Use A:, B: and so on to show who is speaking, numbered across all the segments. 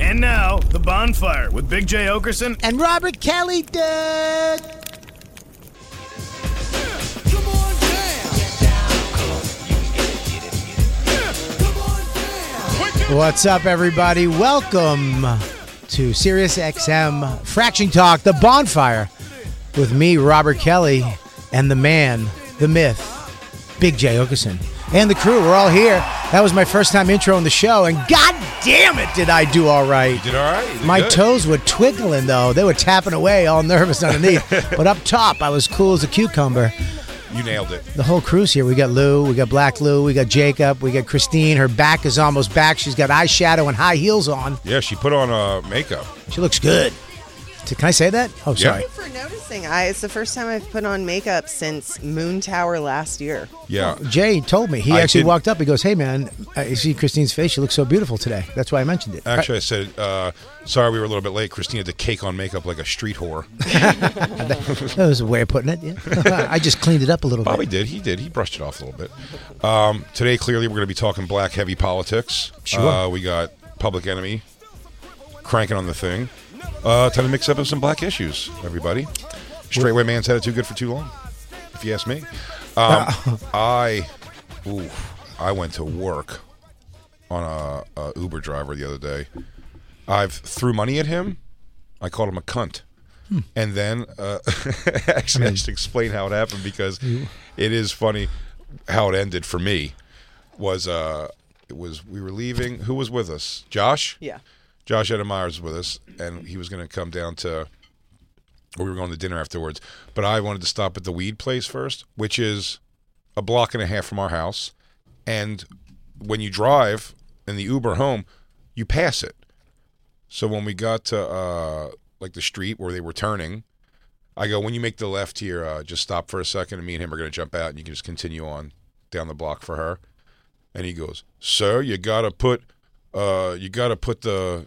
A: And now, The Bonfire with Big J. Okerson.
B: And Robert Kelly did. What's up, everybody? Welcome to SiriusXM Fraction Talk, The Bonfire, with me, Robert Kelly, and the man, the myth, Big J. Okerson, and the crew. We're all here. That was my first time intro on the show, and god damn it, did I do all right.
C: Did all right? You did
B: My
C: good.
B: toes were twiggling though. They were tapping away, all nervous underneath. but up top, I was cool as a cucumber.
C: You nailed it.
B: The whole crew's here. We got Lou, we got Black Lou, we got Jacob, we got Christine. Her back is almost back. She's got eyeshadow and high heels on.
C: Yeah, she put on uh, makeup.
B: She looks good. T- Can I say that? Oh,
C: Yeah.
B: sorry.
D: Thank you for noticing. I, it's the first time I've put on makeup since Moon Tower last year.
C: Yeah.
B: Jay told me. He
C: I
B: actually
C: didn't-
B: walked up. He goes, "Hey, man, I see Christine's face. She looks so beautiful today. That's why I mentioned it."
C: Actually, I said, uh, sorry we were a little bit late. Christina had to cake on makeup like a street whore.
B: that was a way of putting it. Yeah. I just cleaned it up a little
C: Bobby
B: bit.
C: did. He did. He brushed it off a little bit. Um, today, clearly, we're going to be talking black heavy politics.
B: Sure.
C: Uh, we got Public Enemy cranking on the thing. Uh, time to mix up some black issues, everybody. Straightway man's had it too good for too long, if you ask me. Um, I, ooh, I went to work on a, a Uber driver the other day. I've threw money at him. I called him a cunt. And then, uh, actually, I should explain how it happened because it is funny how it ended for me. Was uh, it was we were leaving? Who was with us? Josh.
D: Yeah.
C: Josh Adam Myers was with us, and he was going to come down to. Or we were going to dinner afterwards, but I wanted to stop at the weed place first, which is a block and a half from our house. And when you drive in the Uber home, you pass it. So when we got to uh, like the street where they were turning, I go, when you make the left here, uh, just stop for a second, and me and him are going to jump out, and you can just continue on down the block for her. And he goes, sir, you got to put, uh, you got to put the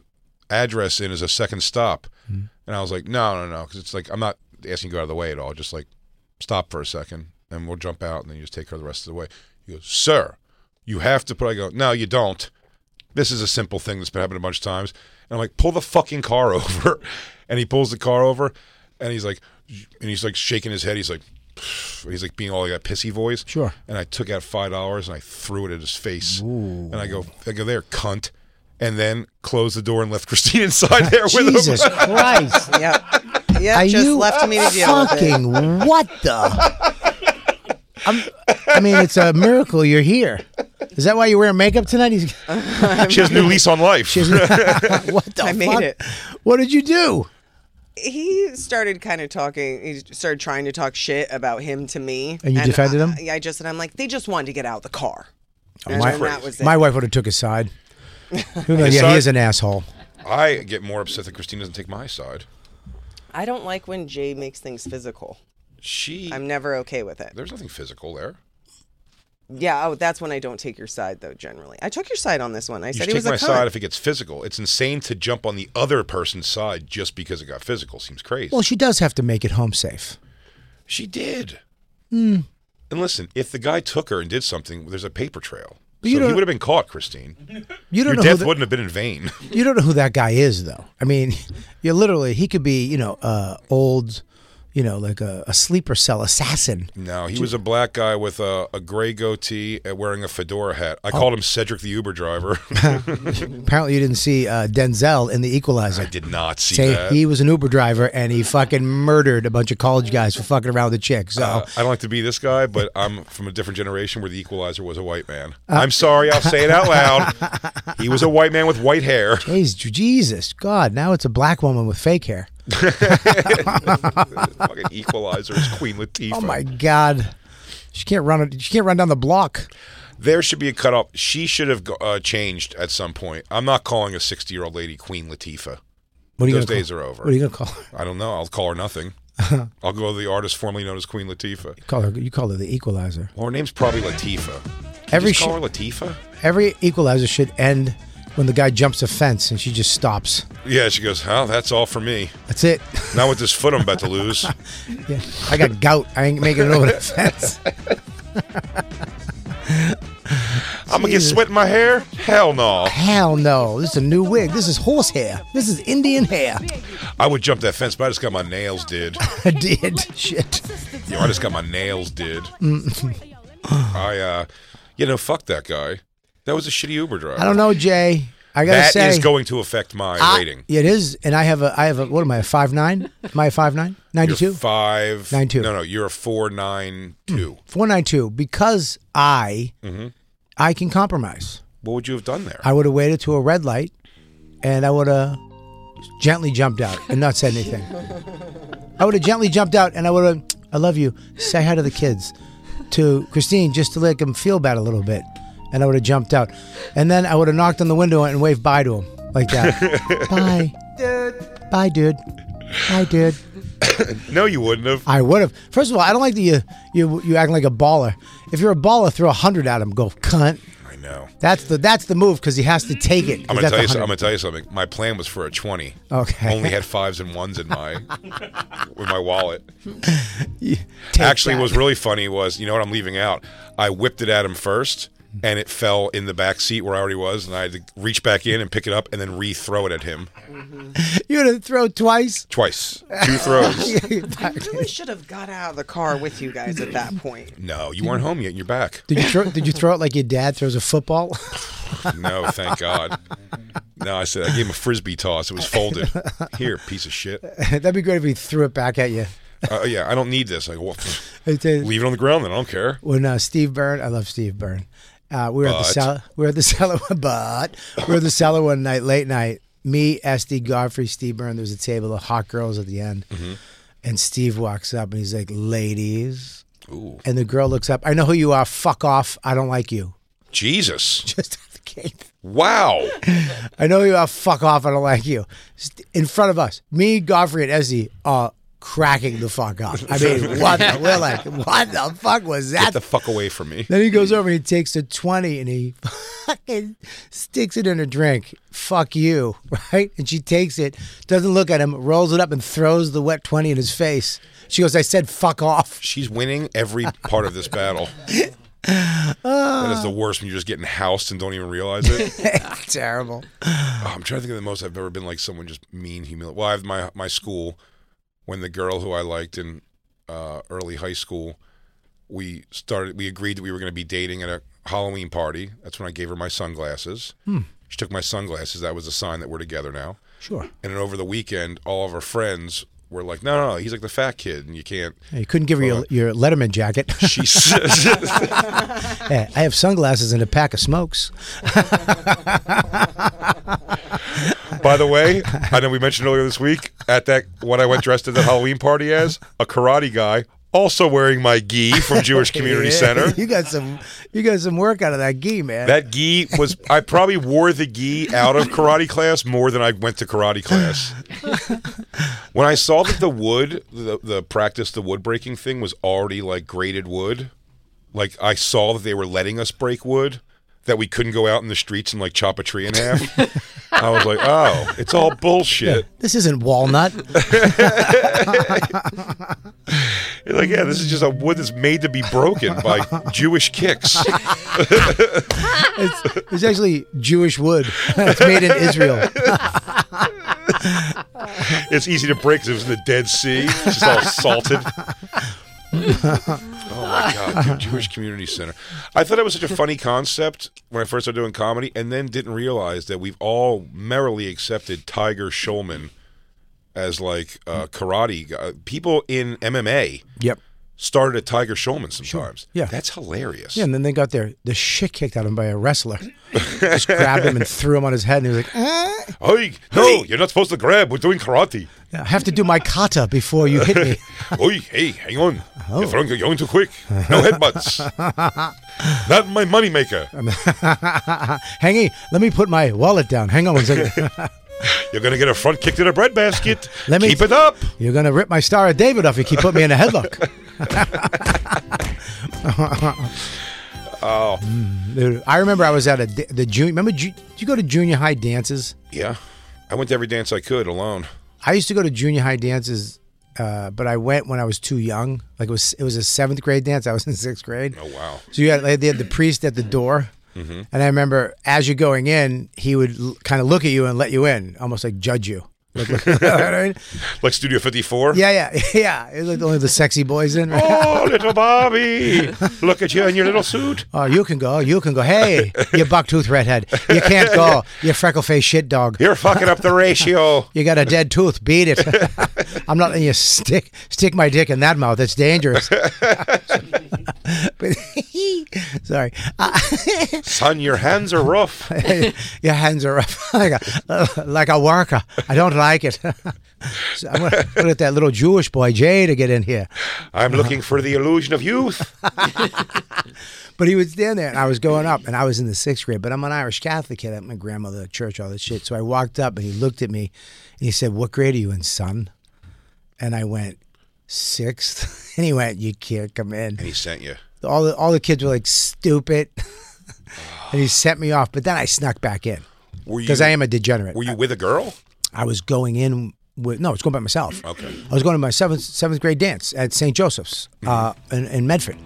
C: address in as a second stop. And I was like, no, no, no, because it's like I'm not asking you to go out of the way at all. Just like stop for a second, and we'll jump out, and then you just take her the rest of the way. He goes, sir, you have to put. I go, no, you don't this is a simple thing that's been happening a bunch of times. And I'm like, pull the fucking car over. And he pulls the car over and he's like, and he's like shaking his head. He's like, and he's like being all like that pissy voice.
B: Sure.
C: And I took out five dollars and I threw it at his face. And I go, I go there, cunt. And then closed the door and left Christine inside there with
B: Jesus
C: him.
B: Christ!
D: Yep. Yep.
B: Are
D: just
B: you
D: left me to deal with it.
B: fucking what the? I'm, I mean, it's a miracle you're here. Is that why you're wearing makeup tonight? He's,
C: She has new lease on life.
B: what the
D: I made
B: fuck?
D: it.
B: What did you do?
D: He started kind of talking. He started trying to talk shit about him to me.
B: And you defended him?
D: I, Yeah, I just and I'm like, they just wanted to get out of the car. and
B: Oh, my
D: then that was it.
B: My wife would have took his side. Who knows?
C: His
B: Yeah,
C: side?
B: he is an asshole.
C: I get more upset that Christine doesn't take my side.
D: I don't like when Jay makes things physical.
C: She,
D: I'm never okay with it.
C: there's nothing physical there.
D: Yeah, oh, that's when I don't take your side though. Generally, I took your side on this one. I
C: You
D: said
C: should
D: he was
C: take
D: a
C: my
D: cunt.
C: side if it gets physical. It's insane to jump on the other person's side just because it got physical. Seems crazy.
B: Well, she does have to make it home safe.
C: she did.
B: Hmm.
C: And listen, if the guy took her and did something, there's a paper trail.
B: But you
C: so he
B: don't-
C: would have been caught, Christine.
B: You don't
C: Your
B: know who
C: death
B: the-
C: wouldn't have been in vain.
B: You don't know who that guy is, though. I mean, you're literally, he could be, you know, uh, old, you know, like a, a sleeper cell assassin.
C: No, he was a black guy with a, a gray goatee and wearing a fedora hat.
B: Oh.
C: I called him Cedric the Uber driver.
B: Apparently, you didn't see uh, Denzel in The Equalizer.
C: I did not see
B: Say
C: that.
B: he was an Uber driver and he fucking murdered a bunch of college guys for fucking around with a chick. So
C: Uh, I don't like to be this guy, but I'm from a different generation where the equalizer was a white man.
B: Uh,
C: I'm sorry, I'll say it out loud. he was a white man with white hair.
B: Jeez, Jesus, God, now it's a black woman with fake hair.
C: Fucking equalizer is Queen Latifah.
B: Oh my God. She can't run it. She can't run down the block.
C: There should be a cutoff. She should have uh, changed at some point. I'm not calling a 60 year old lady Queen Latifah.
B: What are you
C: Those
B: gonna
C: days
B: call-
C: are over.
B: What are you gonna call her?
C: I don't know. I'll call her nothing. I'll go to the artist formerly known as Queen Latifah.
B: Call her. You call her the Equalizer.
C: Well, her name's probably Latifah. Can
B: Every
C: you just call
B: sh-
C: her Latifah?
B: Every Equalizer should end when the guy jumps a fence and she just stops.
C: Yeah, she goes, oh, that's all for me.
B: That's it.
C: Not with this foot I'm about to lose.
B: Yeah. I got gout. I ain't making it over the fence.
C: I'm going to get sweat in my hair? Hell no.
B: Hell no. This is a new wig. This is horse hair. This is Indian hair.
C: I would jump that fence, but I just got my nails did.
B: I did. Shit.
C: Yo, I just got my nails did.
E: Oh
C: I, uh, you know, fuck that guy. That was a shitty Uber driver.
B: I don't know, Jay. I gotta
C: That
B: say
C: is going to affect my
B: I-
C: rating.
B: It is, and I have a, I have a, what am I, a five nine? Am I a five nine? Ninety
C: You're
B: two.
C: five
B: Nine two. Hmm.
C: No, no, you're a four nine two.
B: Four nine two. Because I,
C: Mm-hmm.
B: I can compromise.
C: What would you have done there?
B: I would have waited to a red light, and I would have gently jumped out and not said anything. I would have gently jumped out, and I would have, I love you. Say hi to the kids, to Christine, just to make them feel bad a little bit. And I would have jumped out, and then I would have knocked on the window and waved bye to him like that. bye, dude. Bye, dude. Bye, dude.
C: no, you wouldn't have.
B: I would have. First of all, I don't like that you you you acting like a baller. If you're a baller, throw a hundred at him. Go cunt.
C: I know.
B: That's the that's the move because he has to take it. 'cause
C: I'm gonna
B: that's
C: tell you.
B: a
C: so- I'm
B: hundred.
C: gonna tell you something. My plan was for a twenty.
B: Okay.
C: Only had fives and ones in my with my wallet.
B: Take
C: Actually,
B: that.
C: what was really funny was you know what I'm leaving out. I whipped it at him first,
B: Hmm.
C: and it fell in the back seat where I already was, and I had to reach back in and pick it up and then re-throw it at him
B: you had to throw twice.
C: twice, two throws.
D: I really should have got out of the car with you guys at that point.
C: No, you weren't home yet. You're back.
B: Did you throw? did you throw it like your dad throws a football?
C: No, thank God. No, I said I gave him a frisbee toss. It was folded. Here, piece of shit.
B: That'd be great if he threw it back at you.
C: Uh, yeah, I don't need this. I go, well, pff,
B: I'd say-
C: leave it on the ground. Then I don't care.
B: When uh, Steve Byrne, I love Steve Byrne. Uh, we were at the
C: But.
B: cellar. We were at the cellar, but we were at the cellar one night, late night. Me, Esty, Godfrey, Steve Byrne. There was a table of hot girls at the end,
C: Mm-hmm.
B: and Steve walks up and he's like, "Ladies,"
C: Ooh,
B: and the girl looks up. I know who you are. Fuck off. I don't like you.
C: Jesus!
B: Just out the gate.
C: Wow.
B: I know you are. Fuck off. I don't like you. Just In front of us, me, Godfrey, and Esty are cracking the fuck up. I mean, what? The, we're like, what the fuck was that?
C: Get the fuck away from me.
B: then he goes over and he takes a 20 and he fucking sticks it in her drink. Fuck you. Right? And she takes it, doesn't look at him, rolls it up and throws the wet 20 in his face. She goes, I said fuck off.
C: She's winning every part of this battle. that is the worst when you're just getting housed and don't even realize it.
B: Terrible.
C: Oh, I'm trying to think of the most I've ever been like someone just mean, humiliating. Well, I have my my school when the girl who I liked in uh, early high school, we started. We agreed that we were going to be dating at a Halloween party. That's when I gave her my sunglasses. She took my sunglasses. That was a sign that we're together now.
B: Sure.
C: And then over the weekend, all of her friends were like, "No, no, no he's like the fat kid, and you can't."
B: You couldn't give her your, your Letterman jacket.
C: She says,
B: Hey, I have sunglasses and a pack of smokes.
C: "By the way, I know we mentioned earlier this week at that what I went dressed at that Halloween party as a karate guy, also wearing my gi from Jewish Community Center."
B: you got some you got some work out of that gi, man.
C: That gi was I probably wore the gi out of karate class more than I went to karate class. when I saw that the wood, the, the practice, the wood breaking thing was already like graded wood, like I saw that they were letting us break wood, that we couldn't go out in the streets and like chop a tree in half. I was like, oh, it's all bullshit.
B: This isn't walnut.
C: You're like, yeah, this is just a wood that's made to be broken by Jewish kicks.
B: It's, it's actually Jewish wood. it's made in Israel.
C: It's easy to break because it was in the Dead Sea. It's just all salted. oh my God, dude, Jewish Community Center. I thought it was such a funny concept when I first started doing comedy, and then didn't realize that we've all merrily accepted Tiger Schulman as like
B: Hmm.
C: a karate guy. People in MMA
B: Yep.
C: started at Tiger Schulman sometimes.
B: Yeah.
C: That's hilarious.
B: Yeah, and then they got their the shit kicked out of him by a wrestler. Just grabbed him and threw him on his head, and he was like, "Ah,
C: Hey, no, you're not supposed to grab. We're doing karate.
B: I have to do my kata before you hit me."
C: Oi, hey, hang on.
B: Oh.
C: You're, throwing, you're going too quick. No headbutts. Not my moneymaker.
B: Hangy, let me put my wallet down. Hang on one second.
C: You're going to get a front kick to the breadbasket.
B: Let me-
C: Keep it up.
B: You're gonna rip my Star of David off. You keep putting me in a headlock.
C: Oh,
B: Mm, Dude, I remember I was at a da- the junior. Remember, ju- did you go to junior high dances?
C: yeah. I went to every dance I could alone.
B: I used to go to junior high dances, uh, but I went when I was too young. Like it was it was a seventh grade dance. I was in sixth grade.
C: Oh, wow.
B: So you had like, they had the priest at the door, and I remember as you're going in, he would l- kind of look at you and let you in, almost like judge you. Like, you know what I mean?
C: Like Studio 54?
B: Yeah, yeah, yeah. It was like only the sexy boys in. Right?
C: Oh, little Bobby. Look at you in your little suit.
B: Oh, you can go. You can go. Hey, you bucktooth redhead. You can't go. You freckle faced shit dog.
C: You're fucking up the ratio.
B: You got a dead tooth. Beat it. I'm not letting you stick stick my dick in that mouth. It's dangerous. But- sorry. Uh,
C: Son, your hands are rough.
B: your hands are up like a, like a worker. I don't like it. so I'm gonna let that little Jewish boy Jay to get in here.
C: I'm looking for the illusion of youth.
B: But he would stand there, and I was going up, and I was in the sixth grade. But I'm an Irish Catholic kid. at my grandmother at church, all this shit. So I walked up, and he looked at me, and he said, "What grade are you in, son?" And I went sixth, and he went, "You can't come in."
C: And he sent you.
B: All the all the kids were like stupid, and he sent me off. But then I snuck back in
C: Were you,
B: because I am a degenerate.
C: were you with a girl?
B: I was going in with no, I was going by myself.
C: Okay. Mm-hmm.
B: I was going to my seventh seventh grade dance at St. Joseph's uh, in, in Medford,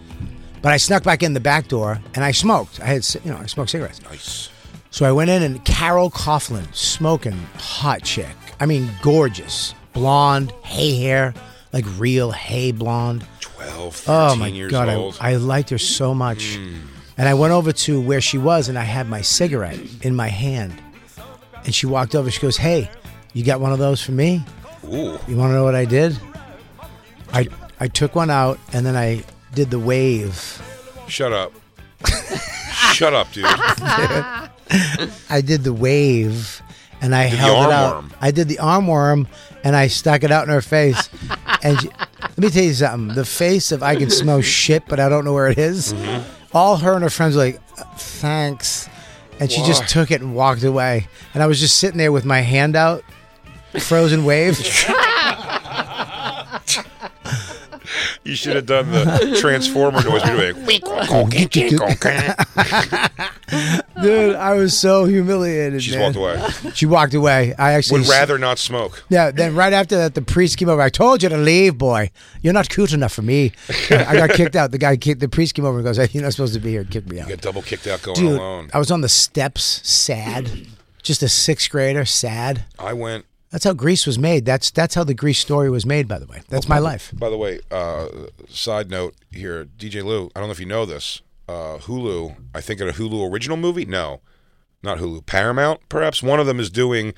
B: but I snuck back in the back door and I smoked. I had ci- you know I smoked cigarettes,
C: Nice.
B: so I went in and Carol Coughlin, smoking hot chick. I mean, gorgeous, blonde, hay hair, like real hay blonde.
C: 12, 13
B: Oh my
C: years
B: god,
C: old. Hmm.
B: I, I liked her so much. And I went over to where she was, and I had my cigarette in my hand. And she walked over. She goes, "Hey, you got one of those for me?
C: Ooh.
B: You want to know what I did? I I took one out, and then I did the wave.
C: Shut up. Shut up, dude.
B: I did the wave, and I
C: the
B: held
C: arm
B: it out.
C: worm.
B: I did the arm worm, and I stuck it out in her face. and she- let me tell you something: the face of I can smell shit, but I don't know where it is."
C: Mm-hmm.
B: All her and her friends were like, "Thanks," and she
C: Why?
B: just took it and walked away. And I was just sitting there with my hand out, frozen wave.
C: You should have done the Transformer noise. You're like,
B: Dude, I was so humiliated.
C: She's
B: man.
C: walked away.
B: She walked away. I actually
C: Would rather not smoke.
B: Yeah, then right after that, the priest came over. I told you to leave, boy. You're not cute enough for me. I got kicked out. The guy, kicked, the priest came over and goes, hey, "You're not supposed to be here. Kick me out."
C: Got double kicked out going
B: Dude,
C: alone.
B: I was on the steps, sad, just a sixth grader, sad.
C: I went.
B: That's how Greece was made. That's that's how the Greece story was made. By the way, that's my life.
C: By the way, uh, side note here, DJ Lou. I don't know if you know this. Uh, Hulu. I think in a Hulu original movie. No, not Hulu. Paramount, perhaps. One of them is doing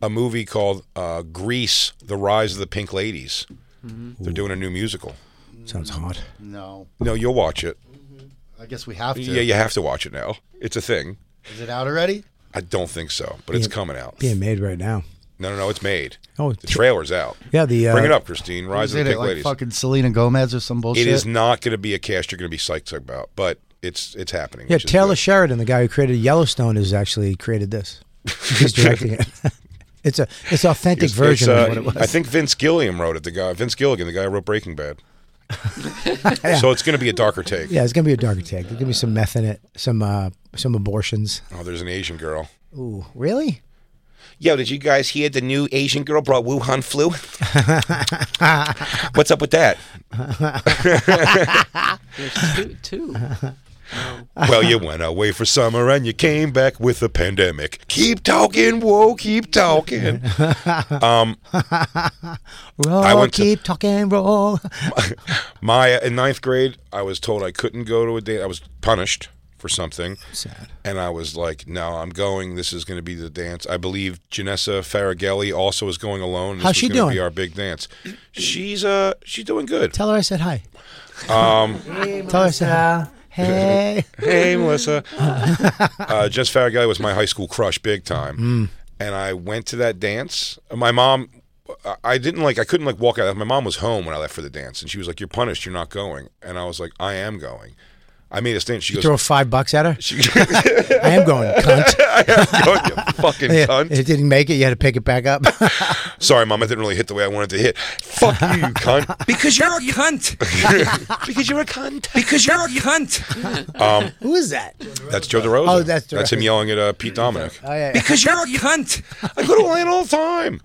C: a movie called uh, Grease: The Rise of the Pink Ladies. They're doing a new musical.
B: Sounds hot.
F: No,
C: No, you'll watch it.
F: I guess we have to.
C: Yeah, you have to watch it now. It's a thing.
F: Is it out already?
C: I don't think so, but it's coming out.
B: Being made right now.
C: No, no, no, it's made.
B: Oh,
C: the trailer's out.
B: Yeah, the uh,
C: Bring it up, Christine. Rise of
F: Is
C: the
F: it
C: Pink
F: like
C: Ladies.
F: fucking Selena Gomez or some bullshit?
C: It is not going to be a cast you're going to be psyched about, but it's it's happening.
B: Yeah,
C: which is
B: Taylor
C: good.
B: Sheridan, the guy who created Yellowstone, has actually created this. He's directing it. It's a it's authentic
C: It's-
B: version
C: it's,
B: of what
C: uh,
B: it was.
C: I think Vince Gilliam wrote it. The guy Vince Gilligan, the guy who wrote Breaking Bad. So it's going to be a darker take.
B: Yeah, it's gonna be a darker tag. There's gonna be some meth in it, some uh, some abortions.
C: Oh, there's an Asian girl.
B: Ooh, really?
C: Yo, did you guys hear the new Asian girl brought Wuhan flu? What's up with that?
G: There's two. two.
C: Well, you went away for summer and you came back with a pandemic. Keep talking, whoa, keep talking.
B: Roll,
C: I went to-
B: keep talking, roll.
C: My in ninth grade, I was told I couldn't go to a dance. I was punished for something,
B: Sad.
C: and I was like, "No, I'm going. This is going to be the dance." I believe Janessa Faragelli also is going alone. This
B: How's
C: was
B: she
C: gonna
B: doing?
C: Be our big dance. She's uh, she's doing good.
B: Tell her I said hi. Um, Tell her I said hi. Hey.
C: hey, Melissa.
B: Uh-huh.
C: uh, Jess Faragelli was my high school crush, big time.
B: Mm.
C: And I went to that dance. My mom, I- I didn't like. I couldn't like walk out. My mom was home when I left for the dance, and she was like, "You're punished. You're not going." And I was like, "I am going." I made a stand. She goes,
B: Throw five bucks at her.
C: She, I
B: I am going, cunt.
C: am going, you fucking cunt.
B: It didn't make it. You had to pick it back up.
C: Sorry, mom, I didn't really hit the way I wanted to hit. Fuck you, you cunt.
H: Because you're a cunt.
C: because you're a cunt.
H: Because you're a cunt.
C: Um,
B: Who is that?
C: That's Joe DeRosa.
B: Oh, that's DeRosa.
C: That's him yelling at uh, Pete Dominic.
B: Oh, yeah.
H: Because you're a cunt.
C: I go to Atlanta all the time.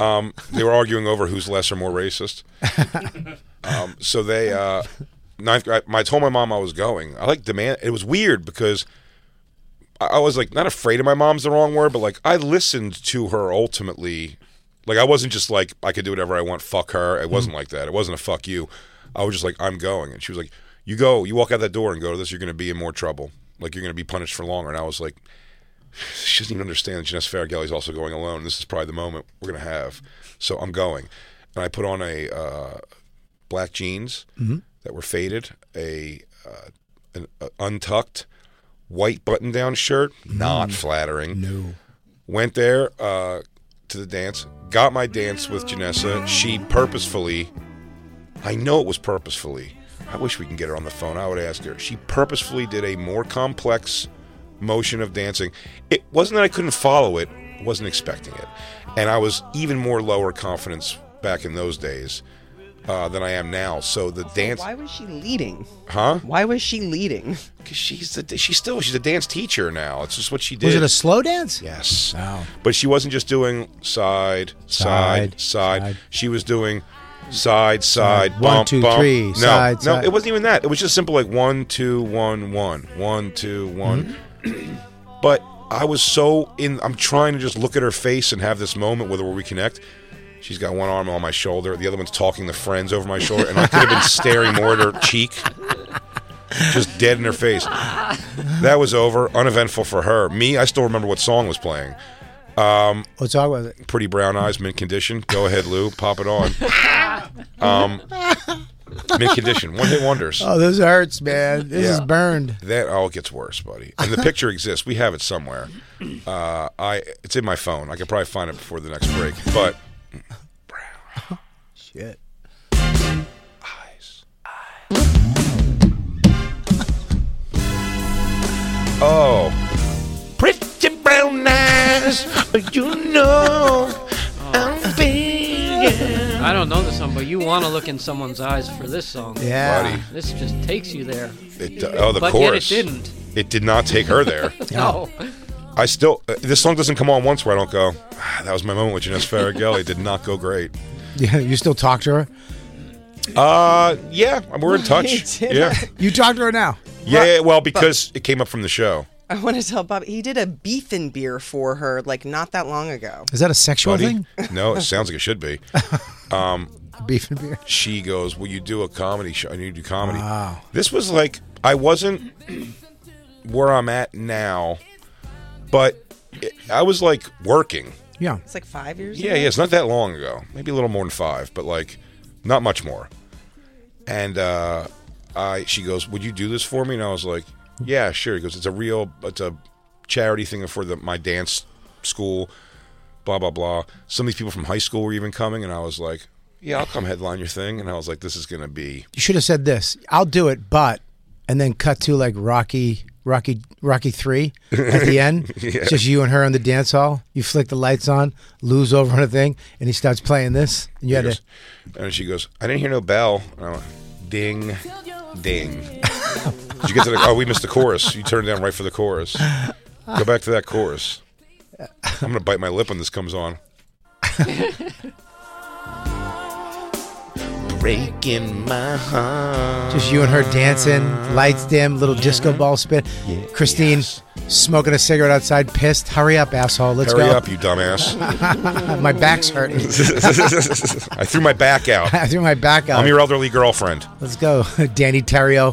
C: Um, they were arguing over who's less or more racist. Um, so they uh, ninth. grade- I, I told my mom I was going. I like demand. It was weird because I, I was like not afraid of my mom's the wrong word, but like I listened to her ultimately. Like I wasn't just like I could do whatever I want. Fuck her. It wasn't like that. It wasn't a fuck you. I was just like I'm going, and she was like, "You go. You walk out that door and go to this. You're going to be in more trouble. Like you're going to be punished for longer." And I was like she doesn't even understand that Janessa Faragelli's also going alone. This is probably the moment we're going to have. So I'm going. And I put on a uh, black jeans that were faded, a uh, an uh, untucked white button down shirt, not flattering. No. Went there uh, to the dance, got my dance with Janessa. She purposefully, I know it was purposefully. I wish we can get her on the phone. I would ask her. She purposefully did a more complex motion of dancing. It wasn't that I couldn't follow it, I wasn't expecting it. And I was even more lower confidence back in those days uh, than I am now. So the dance,
D: Why was she leading?
C: huh?
D: Why was she leading?
C: 'Cause she's the, she's still she's a dance teacher now. It's just what she did.
B: Was it a slow dance?
C: yes?
B: Wow.
C: But she wasn't just doing side, side,
B: Side,
C: side.
B: side.
C: She was doing side, side,
B: Side.
C: bump,
B: One, two,
C: bump.
B: three,
C: No,
B: side,
C: no,
B: side.
C: it wasn't even that. It was just simple like one, two, one, one, one, two, one.
B: Hmm?
C: but I was so in. I'm trying to just look at her face and have this moment with her where we connect. She's got one arm on my shoulder, the other one's talking to friends over my shoulder, and I could have been staring more at her cheek, just dead in her face. That was over, uneventful for her. Me, I still remember what song was playing
B: What song was it?
C: pretty brown eyes, mint condition. Go ahead, Lou, pop it on. Um, mint condition, one hit wonders.
B: Oh, this hurts, man. This is
C: Yeah.
B: burned.
C: That all gets worse, buddy. And the picture exists. We have it somewhere. Uh, I it's in my phone. I could probably find it before the next break. But
B: Shit.
C: oh, pretty brown eyes, you know I'm being.
G: I don't know the song, but you want to look in someone's eyes for this song.
B: Yeah.
C: Buddy.
G: This just takes you there.
C: It, oh, the
G: but
C: chorus.
G: yet it didn't.
C: It did not take her there.
G: No.
C: I still uh, this song doesn't come on once where I don't go. "Ah, that was my moment with Janessa Faragelli. It did not go great.
B: Yeah, you still talk to her?
C: Uh, yeah, we're in touch.
D: did
C: Yeah,
B: You talk to her now.
C: yeah. yeah, Well, because it came up from the show.
D: I want to tell Bobby he did a beef and beer for her like not that long ago.
B: Is that a sexual
C: Buddy,
B: thing?
C: no, it sounds like it should be.
B: Beef and beer.
C: She goes, "Will you do a comedy show? And you do comedy." This was like I wasn't where I'm at now, but it, I was like working.
B: Yeah.
D: It's like five years.
C: Yeah,
D: ago.
C: yeah, it's not that long ago. Maybe a little more than five, but like not much more. And uh, I, she goes, "Would you do this for me?" And I was like, "Yeah, sure." He goes, "It's a real, it's a charity thing for the my dance school." Blah blah blah. Some of these people from high school were even coming, and I was like, "Yeah, I'll come headline your thing." And I was like, "This is gonna be."
B: You should have said this. I'll do it, but and then cut to like Rocky Rocky Rocky three at the end. It's Just you and her in the dance hall. You flick the lights on, lose over on a thing, and he starts playing this. And you had
C: He goes-
B: to
C: and she goes, "I didn't hear no bell." And I went, ding, ding. Did you get to the? Oh, we missed the chorus. You turned down right for the chorus. Go back to that chorus. I'm gonna bite my lip when this comes on. Breaking my heart.
B: Just you and her dancing, lights dim, little disco ball spin. Christine smoking a cigarette outside, pissed. Hurry up, asshole. Let's
C: Hurry
B: go.
C: up, you dumbass.
B: My back's hurting.
C: I threw my back out.
B: I threw my back out.
C: I'm your elderly girlfriend.
B: Let's go, Danny Terrio.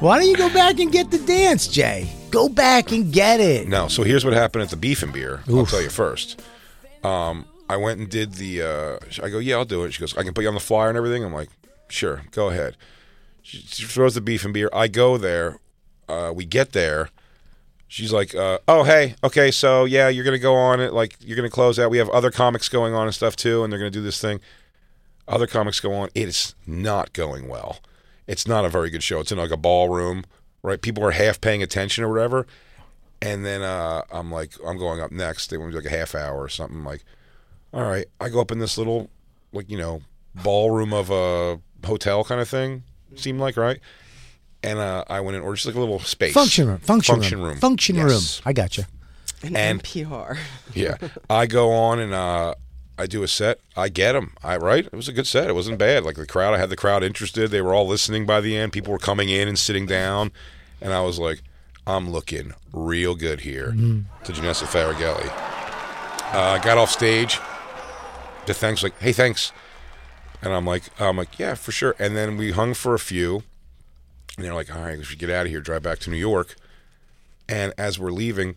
B: Why don't you go back and get the dance, Jay? Go back and get it.
C: No, so here's what happened at the beef and beer. I'll tell you first. Um, I went and did the. Uh, I go, yeah, I'll do it. She goes, I can put you on the flyer and everything. I'm like, sure, go ahead. She, she throws the beef and beer. I go there. Uh, we get there. She's like, uh, oh hey, okay, so yeah, you're gonna go on it. Like you're gonna close out. We have other comics going on and stuff too, and they're gonna do this thing. Other comics go on. It is not going well. It's not a very good show. It's in like a ballroom, right? People are half paying attention or whatever. And then uh, I'm like, I'm going up next. They want me to do like a half hour or something. I'm like, all right. I go up in this little, like, you know, ballroom of a hotel kind of thing, seemed like, right? And uh, I went in, or just like a little space.
B: Function room. Function,
C: Function room.
B: Function
C: Yes.
B: room. I got you.
D: An
C: And-
D: NPR.
C: Yeah. I go on and uh, I do a set. I get them. I right. It was a good set. It wasn't bad. Like the crowd, I had the crowd interested. They were all listening by the end. People were coming in and sitting down, and I was like, I'm looking real good here to Janessa Faragelli. Uh, I got off stage. The thanks like, hey, thanks. And I'm like, I'm like, yeah, for sure. And then we hung for a few, and they're like, all right, we should get out of here, drive back to New York. And as we're leaving,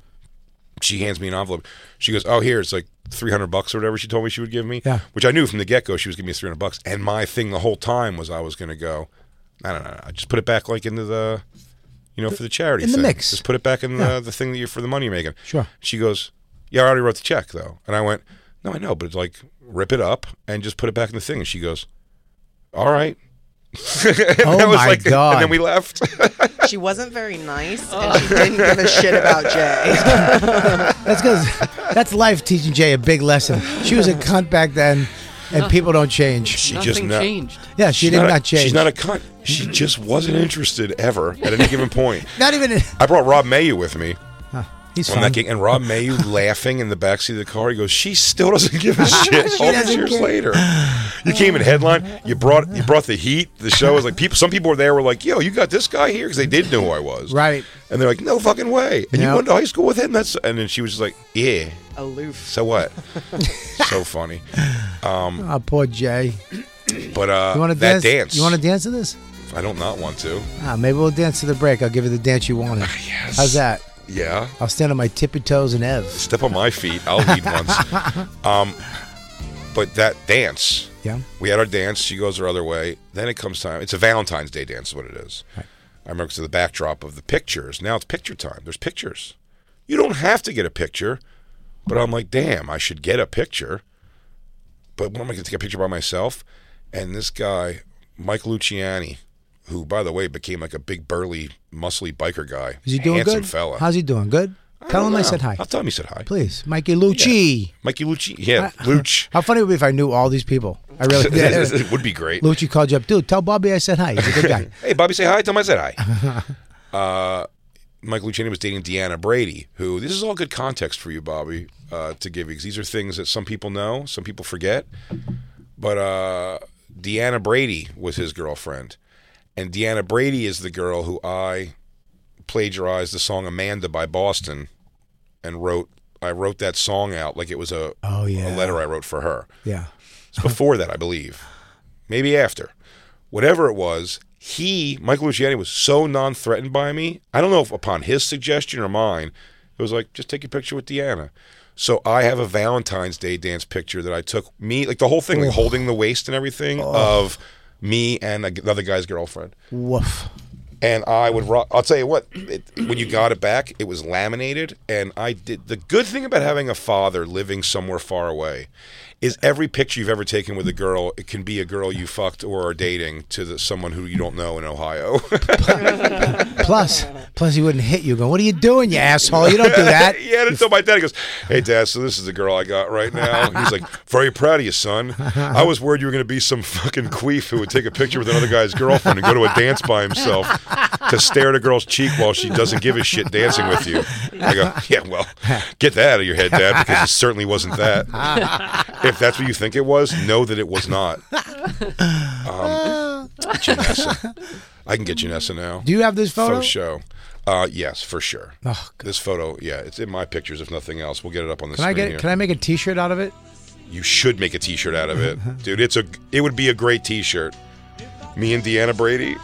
C: she hands me an envelope. She goes, "Oh, here it's like three hundred bucks or whatever." She told me she would give me,
B: Yeah.
C: which I knew from the get go she was giving me three hundred bucks. And my thing the whole time was I was going to go, I don't know, I just put it back like into the, you know, for the charity
B: In the
C: thing.
B: mix.
C: Just put it back in the the thing that you're for the money you're making.
B: Sure.
C: She goes, "Yeah, I already wrote the check though," and I went, "No, I know, but it's like rip it up and just put it back in the thing." And she goes, "All right." And
B: Oh
C: I was
B: my
C: like,
B: God.
C: And then we left.
D: She wasn't very nice,
C: Oh.
D: and she didn't give a shit about Jay.
B: That's because that's life teaching Jay a big lesson. She was a cunt back then, and people don't change.
C: she
G: Nothing
C: just not-
G: changed.
B: Yeah, she
C: She's
B: did
C: not
B: not,
C: a-
B: change.
C: She's not a cunt. She just wasn't interested ever at any given point.
B: Not even.
C: I brought Rob Mayu with me
B: He's
C: on
B: fine.
C: that gig, and Rob Mayu laughing in the backseat of the car. He goes, "She still doesn't give a shit." All these
B: doesn't
C: years
B: care.
C: later, you came in headline. You brought you brought the heat. The show was like people. Some people were there were like, "Yo, you got this guy here," because they did know who I was,
B: Right.
C: And they're like, "No fucking way!" And
B: No.
C: you went to high school with him. That's and then she was just like, "Yeah,
D: Aloof.
C: so what?" so funny.
B: Oh, poor Jay.
C: But uh,
B: You want to
C: that
B: dance?
C: dance,
B: You want to dance to this?
C: I don't not want to.
B: Ah, maybe we'll dance to the break. I'll give you the dance you wanted.
C: Ah, Yes.
B: How's that?
C: Yeah.
B: I'll stand on my tippy toes and Ev.
C: step on my feet. I'll lead once. Um, but that dance,
B: Yeah.
C: we had our dance. She goes her other way. Then it comes time. It's a Valentine's Day dance, is what it is. I remember because of the backdrop of the pictures. Now it's picture time. There's pictures. You don't have to get a picture, but I'm like, damn, I should get a picture. But when am I going to take a picture by myself? And this guy, Mike Luciani, who, by the way, became like a big, burly, muscly biker guy.
B: Is he doing
C: Handsome
B: good?
C: fella.
B: How's he doing? Good.
C: I
B: Tell
C: don't
B: him I
C: know.
B: said hi,
C: I'll tell him he said hi.
B: please, Mikey Lucci.
C: Mikey Lucci. Yeah, Luch.
B: How funny it would be if I knew all these people. I Uh, really did.
C: it would be great.
B: Lucci called you up, dude. Tell Bobby I said hi. He's a good guy.
C: Hey, Bobby, say hi. Tell him I said hi. uh, Mike Luciani was dating Deanna Brady, who this is all good context for you, Bobby, uh, to give you because these are things that some people know, some people forget. But uh, Deanna Brady was his girlfriend, and Deanna Brady is the girl who I plagiarized the song "Amanda" by Boston, and wrote. I wrote that song out like it was a
B: Oh,
C: a
B: yeah.
C: letter I wrote for her.
B: Yeah.
C: It's before that, I believe. Maybe after. Whatever it was, he, Michael Luciani, was so non threatened by me. I don't know if upon his suggestion or mine, it was like, just take a picture with Deanna. So I have a Valentine's Day dance picture that I took me, like the whole thing, like holding the waist and everything of me and another guy's girlfriend.
B: Woof.
C: and I would. Ro- I'll tell you what. It, when you got it back, it was laminated, and I did. The good thing about having a father living somewhere far away is every picture you've ever taken with a girl, it can be a girl you fucked or are dating to the, someone who you don't know in Ohio.
B: Plus, plus he wouldn't hit you. Go, what are you doing, you asshole? You don't do that.
C: yeah, and so my dad he goes, "Hey, dad, so this is the girl I got right now." He's like, "Very proud of you, son. I was worried you were going to be some fucking queef who would take a picture with another guy's girlfriend and go to a dance by himself to stare at a girl's cheek while she doesn't give a shit dancing with you." I go, "Yeah, well, get that out of your head, dad, because it certainly wasn't that. If that's what you think it was, know that it was not." Um, Janessa. I can get Janessa now.
B: Do you have this photo?
C: Faux show. Uh, yes, for sure.
B: Oh, God.
C: This photo, yeah, it's in my pictures, if nothing else. We'll get it up on the
B: Can
C: screen
B: I get?
C: here.
B: Can I make a T-shirt out of it?
C: you should make a T-shirt out of it, dude. It's a. It would be a great T-shirt. Me and Deanna Brady.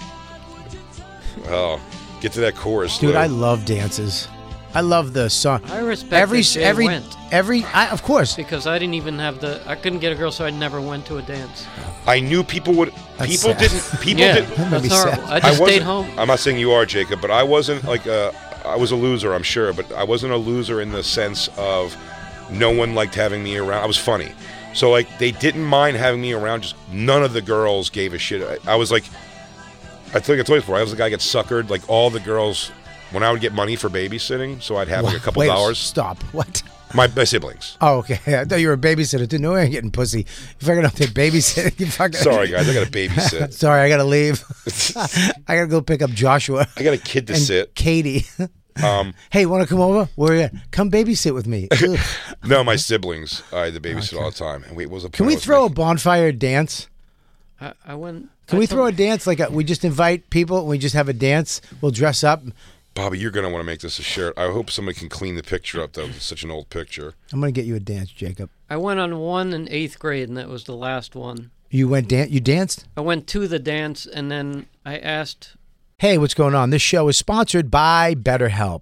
C: Oh, get to that chorus,
B: Dude,
C: Lou.
B: I love dances. I love the song.
G: I respect
B: every
G: that Jay
B: every
G: went.
B: every. I, of course,
G: because I didn't even have the. I couldn't get a girl, so I never went to a dance.
C: I knew people would.
B: That's
C: people
B: sad.
C: didn't. People
G: yeah,
C: didn't.
B: made
G: that's
B: me
G: horrible.
B: sad.
G: I just stayed
C: wasn't-
G: home.
C: I'm not saying you are Jacob, but I wasn't like a. I was a loser, I'm sure, but I wasn't a loser in the sense of no one liked having me around. I was funny, so like they didn't mind having me around. Just none of the girls gave a shit. I, I was like, I think I told you before. I was the guy that got suckered. Like all the girls, when I would get money for babysitting, so I'd have like a couple
B: Wait,
C: dollars.
B: Stop. What?
C: My, my siblings.
B: Oh, okay. I thought you were a babysitter. Dude, no way I'm getting pussy. If I got to babysit, you fucking.
C: Sorry guys, I got to babysit.
B: Sorry, I gotta leave. I gotta go pick up Joshua.
C: I got a kid to
B: and
C: sit.
B: Katie.
C: Um,
B: hey, want to come over? Where you at? Come babysit with me. Ugh.
C: no, my siblings. I had to babysit all the time. And wait, what was the
B: Can
C: point
B: we
C: I was
B: throw a
C: making?
B: bonfire dance?
G: I, I went.
B: Can
G: I
B: we
G: told-
B: throw a dance like a, we just invite people and we just have a dance? We'll dress up.
C: Bobby, you're gonna want to make this a shirt. I hope somebody can clean the picture up though. It's such an old picture.
B: I'm gonna get you a dance, Jacob.
G: I went on one in eighth grade, and that was the last one.
B: You went dan- you danced?
G: I went to the dance, and then I asked.
B: Hey, what's going on? This show is sponsored by BetterHelp.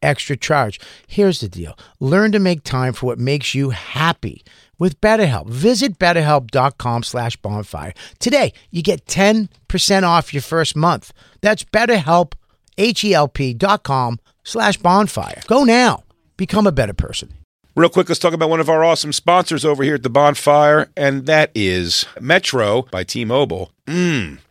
B: extra charge. Here's the deal learn to make time for what makes you happy with BetterHelp. Visit betterhelp.com slash bonfire. Today, you get 10% off your first month. That's betterhelp, H-E-L-P dot com slash bonfire. Go now. Become a better person.
C: Real quick, let's talk about one of our awesome sponsors over here at the bonfire, and that is Metro by T-Mobile. Mmm.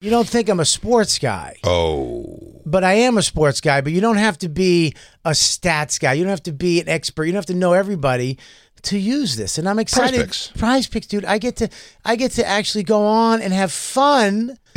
B: You don't think I'm a sports guy,
C: Oh.
B: but I am a sports guy, but you don't have to be a stats guy. You don't have to be an expert. You don't have to know everybody to use this, and I'm excited.
C: Picks.
B: Prize picks, dude. I get to I get to actually go on and have fun.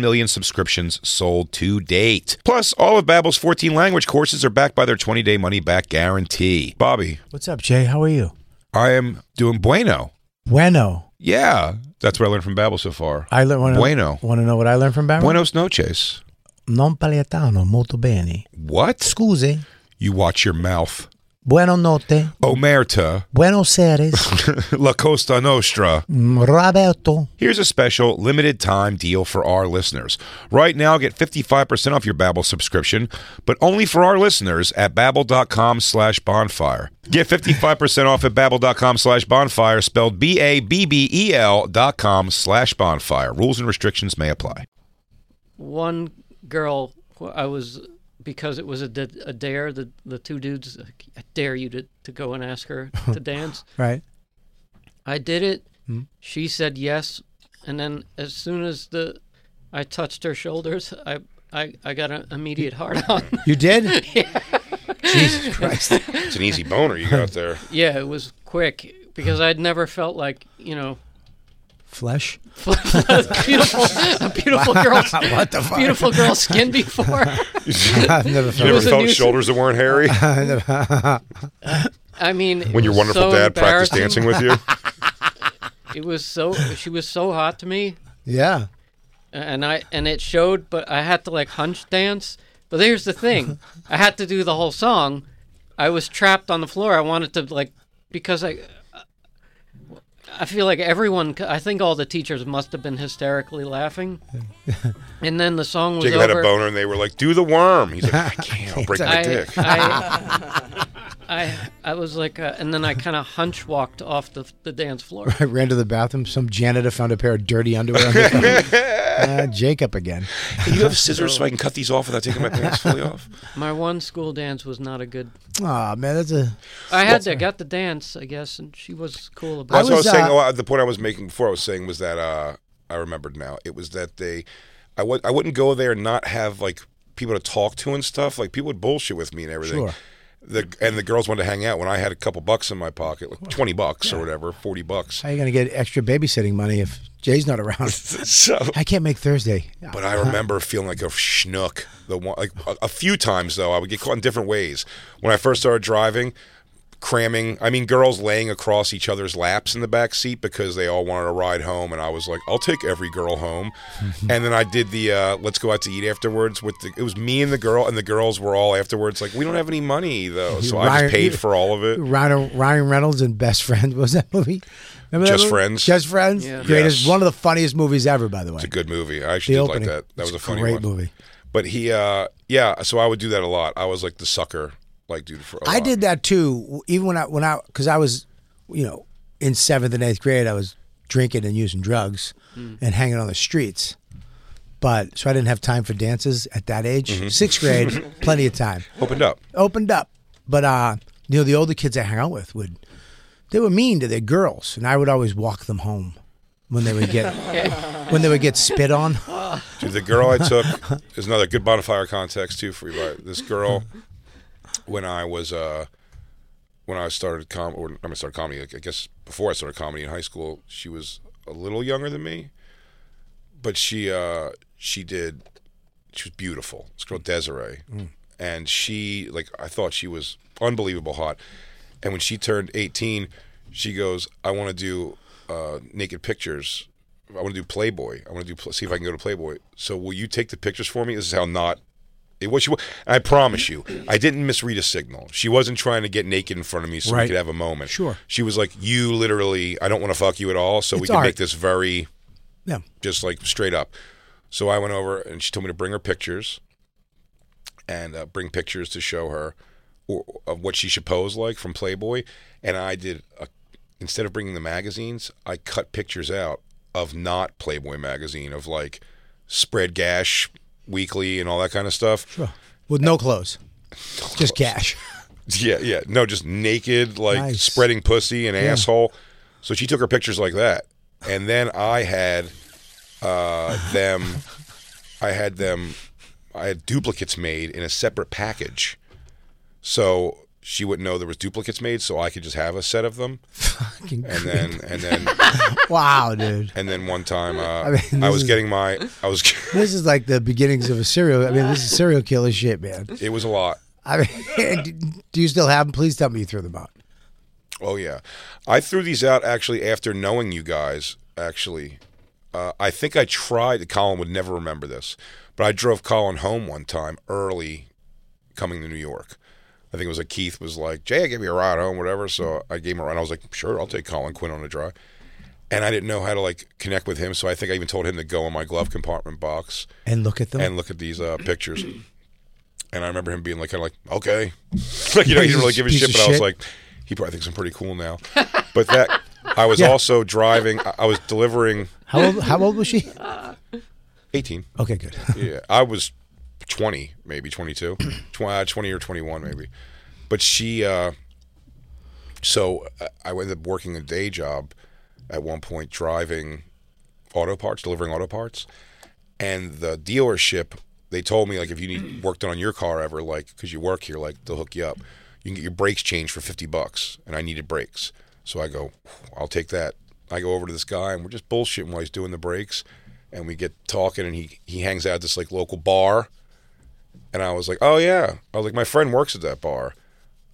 C: million subscriptions sold to date. Plus, all of Babbel's 14 language courses are backed by their 20-day money-back guarantee. Bobby,
B: What's up, Jay? How are you?
C: I am doing bueno.
B: Bueno.
C: Yeah, that's what I learned from Babbel so far.
B: I learned wanna,
C: bueno.
B: Want to know what I learned from Barry?
C: Buenos noches.
B: Non paliatano molto bene.
C: What?
B: Scusi.
C: You watch your mouth.
B: Buono notte.
C: Omerta,
B: Buenos Aires.
C: La Costa Nostra.
B: Roberto.
C: Here's a special limited time deal for our listeners. Right now, get 55% off your Babbel subscription, but only for our listeners at babbel.com slash bonfire. Get 55% off at babbel.com slash bonfire, spelled B-A-B-B-E-L E dot com slash bonfire. Rules and restrictions may apply.
G: One girl, wh- I was because it was a, d- a dare. The the two dudes, I dare you to to go and ask her to dance.
B: Right. Hmm.
G: I did it. She said yes, and then as soon as the I touched her shoulders, I I, I got an immediate heart on.
B: You did?
C: It's an easy boner you got there.
G: yeah, it was quick because I'd never felt like you know
B: Flesh.
G: a beautiful a beautiful girl's beautiful girl's skin before.
B: I've never
C: You never
G: was a
C: felt
G: new-
C: shoulders that weren't hairy
G: I mean, it
C: when your
G: was
C: wonderful
G: so
C: dad practiced
G: embarrassing.
C: dancing with you?
G: It was so she was so hot to me,
B: Yeah.
G: and I and it showed. But I had to like hunch dance. But here's the thing, I had to do the whole song. I was trapped on the floor. I wanted to like because I. I feel like everyone. I think all the teachers must have been hysterically laughing, and then the song was
C: Jacob
G: over.
C: had a boner and they were like, do the worm. He's like, I can't, I'll break my
G: I,
C: dick.
G: I, I, I was like, uh, and then I kind of hunch walked off the, the dance floor.
B: I ran to the bathroom. Some janitor found a pair of dirty underwear. On the floor. uh, Jacob again.
C: Can you have scissors so I can cut these off without taking my pants fully off?
G: My one school dance was not a good.
B: Oh man, that's a.
G: I had to got the dance, I guess, and she was cool about
C: That's
G: it.
B: was,
C: what I was
B: uh,
C: saying. Oh, the point I was making before I was saying was that uh, I remembered now. It was that they, I would I wouldn't go there and not have like people to talk to and stuff. Like people would bullshit with me and everything.
B: Sure.
C: the and the girls wanted to hang out when I had a couple bucks in my pocket, like twenty bucks or whatever, forty bucks.
B: How are you going to get extra babysitting money if Jay's not around?
C: So
B: I can't make Thursday.
C: But I remember feeling like a schnook. The one, like a, a few times though, I would get caught in different ways. When I first started driving, cramming. I mean, girls laying across each other's laps in the back seat because they all wanted a ride home, and I was like, "I'll take every girl home." and then I did the uh, "Let's go out to eat afterwards." With the, it was me and the girl, and the girls were all afterwards like, "We don't have any money though," so I
B: Ryan-
C: just paid for all of it.
B: Ryan, Ryan Reynolds and Best Friend what was that movie? Remember that
C: Just
B: movie?
C: Friends.
B: Just Friends.
G: Yeah.
B: Greatest,
C: Yes.
B: one of the funniest movies ever, by the way.
C: It's a good movie. I
B: the
C: actually did
B: opening.
C: like that. That
B: It's
C: was a
B: a
C: funny
B: great
C: one.
B: movie.
C: But he, uh, yeah. So I would do that a lot. I was like the sucker, like dude. For a
B: I
C: lot.
B: did that too. Even when I when I because I was, you know, in seventh and eighth grade, I was drinking and using drugs and hanging on the streets. But so I didn't have time for dances at that age. Sixth grade, plenty of time.
C: Opened up.
B: Opened up, but uh, you know, the older kids I hung out with would they were mean to their girls, and I would always walk them home when they would get when they would get spit on.
C: Dude, the girl I took is another good bonfire context too for you. But this girl, when I was uh, when I started com, or I mean, started comedy. I guess before I started comedy in high school, she was a little younger than me, but she uh, she did she was beautiful. This girl Desiree,
B: Mm.
C: and she like I thought she was unbelievable hot. And when she turned eighteen, she goes, "I want to do uh, naked pictures. I want to do Playboy. I want to do pl- see if I can go to Playboy. So will you take the pictures for me? This is how not." It was she. wa- I promise you, I didn't misread a signal. She wasn't trying to get naked in front of me so
B: Right.
C: we could have a moment.
B: Sure.
C: She was like, "You literally, I don't want to fuck you at all. So we
B: It's
C: can
B: art.
C: make this very."
B: Yeah,
C: just like straight up. So I went over and she told me to bring her pictures and uh, bring pictures to show her or, of what she should pose like from Playboy. And I did, a, instead of bringing the magazines, I cut pictures out of not Playboy magazine, of like Spread Gash Weekly and all that kind of stuff.
B: with no clothes, just cash.
C: Yeah, yeah. No, just naked, like
B: Nice.
C: spreading pussy and asshole. So she took her pictures like that. And then I had uh, them, I had them, I had duplicates made in a separate package. So she wouldn't know there was duplicates made, so I could just have a set of them.
B: Fucking
C: And then, and then,
B: wow, dude.
C: and then one time, uh, I,
B: mean, this
C: was
B: is-
C: getting my, I was,
B: This is like the beginnings of a serial. I mean, this is serial killer shit, man.
C: it was a lot.
B: I mean, do- do you still have them? Please tell me you threw them out.
C: Oh yeah, I threw these out actually after knowing you guys. Actually, uh, I think I tried. Colin would never remember this, but I drove Colin home one time early, coming to New York. I think it was like Keith was like, "Jay, give me a ride home, whatever." So I gave him a ride. I was like, "Sure, I'll take Colin Quinn on a drive." And I didn't know how to like connect with him, so I think I even told him to go in my glove compartment box
B: And look at them.
C: and look at these uh, pictures. And I remember him being like, kind of like, okay, like you know, he didn't really give a
B: Piece
C: shit.
B: of
C: But I was
B: shit.
C: like, he probably thinks I'm pretty cool now. But that I was also driving. I I was delivering
B: how old? How old was she?
C: 18.
B: Okay, good.
C: Yeah, I was 20, maybe 22, 20, uh, 20 or 21, maybe. But she, uh, so uh, I ended up working a day job at one point, driving auto parts, delivering auto parts, and the dealership. They told me like if you need work done on your car ever, like because you work here, like they'll hook you up. You can get your brakes changed for fifty bucks, and I needed brakes, so I go, I'll take that. I go over to this guy, and we're just bullshitting while he's doing the brakes, and we get talking, and he he hangs out at this like local bar, and I was like, oh yeah, I was like my friend works at that bar,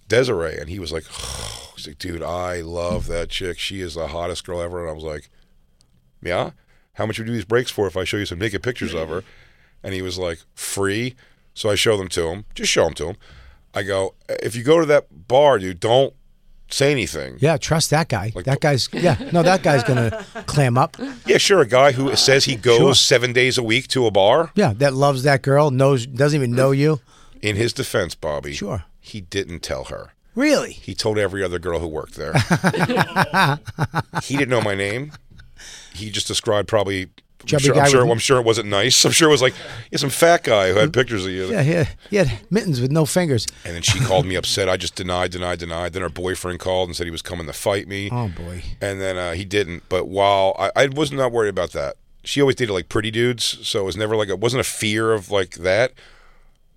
C: Desiree, and he was like, he's like, dude, I love that chick. She is the hottest girl ever, and I was like, yeah. How much would you do these breaks for if I show you some naked pictures of her? And he was like, free. So I show them to him. Just show them to him. I go, if you go to that bar, dude, don't say anything.
B: Yeah, trust that guy. that guy's yeah. No, that guy's gonna clam up.
C: Yeah, sure. A guy who says he goes
B: Sure.
C: seven days a week to a bar,
B: Yeah, that loves that girl. Knows doesn't even know you.
C: in his defense, Bobby,
B: Sure.
C: he didn't tell her.
B: Really?
C: He told every other girl who worked there. he didn't know my name. He just described probably. I'm
B: Chubby
C: sure,
B: guy
C: I'm, sure,
B: with-
C: I'm sure it wasn't nice. I'm sure it was like, yeah, some fat guy who had pictures of you.
B: Yeah, he had, he had mittens with no fingers.
C: And then she called me upset. I just denied, denied, denied. Then her boyfriend called and said he was coming to fight me.
B: Oh boy.
C: And then uh, he didn't. But while I, I was not worried about that, she always dated like pretty dudes. So it was never like, it wasn't a fear of like that.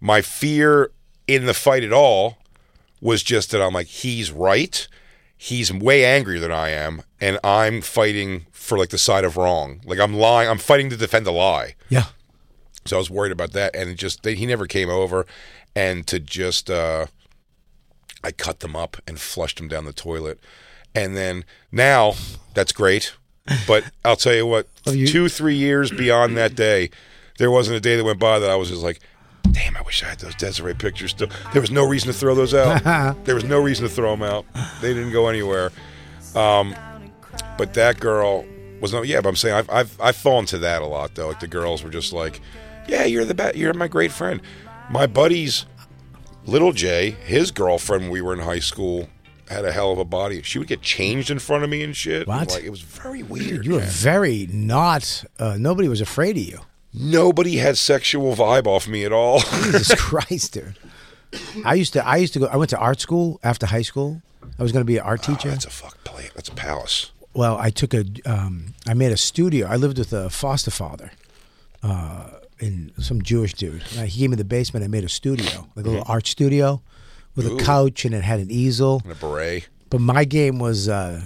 C: My fear in the fight at all was just that I'm like, he's right. He's way angrier than I am, and I'm fighting for like the side of wrong. Like I'm lying. I'm fighting to defend a lie.
B: Yeah.
C: So I was worried about that, and it just they, he never came over, and to just uh, I cut them up and flushed them down the toilet, and then now that's great, but I'll tell you what, two three years beyond that day, there wasn't a day that went by that I was just like. Damn, I wish I had those Desiree pictures still. There was no reason to throw those out. there was no reason to throw them out. They didn't go anywhere. Um, But that girl was no. Yeah, but I'm saying I've I've I've fallen to that a lot though. Like the girls were just like, yeah, you're the best. You're my great friend. My buddies, little Jay, his girlfriend when we were in high school had a hell of a body. She would get changed in front of me and shit.
B: What?
C: Like it was very weird.
B: You were
C: man.
B: very not. Uh, nobody was afraid of you.
C: Nobody had sexual vibe off me at all.
B: Jesus Christ, dude. I used to. I used to go. I went to art school after high school. I was going to be an art teacher.
C: That's a fuck plate. That's a palace.
B: well, I took a. Um, I made a studio. I lived with a foster father, uh, and some Jewish dude. Uh, he gave me the basement. I made a studio, like a little art studio, with a couch and it had an easel.
C: And a beret.
B: But my game was uh,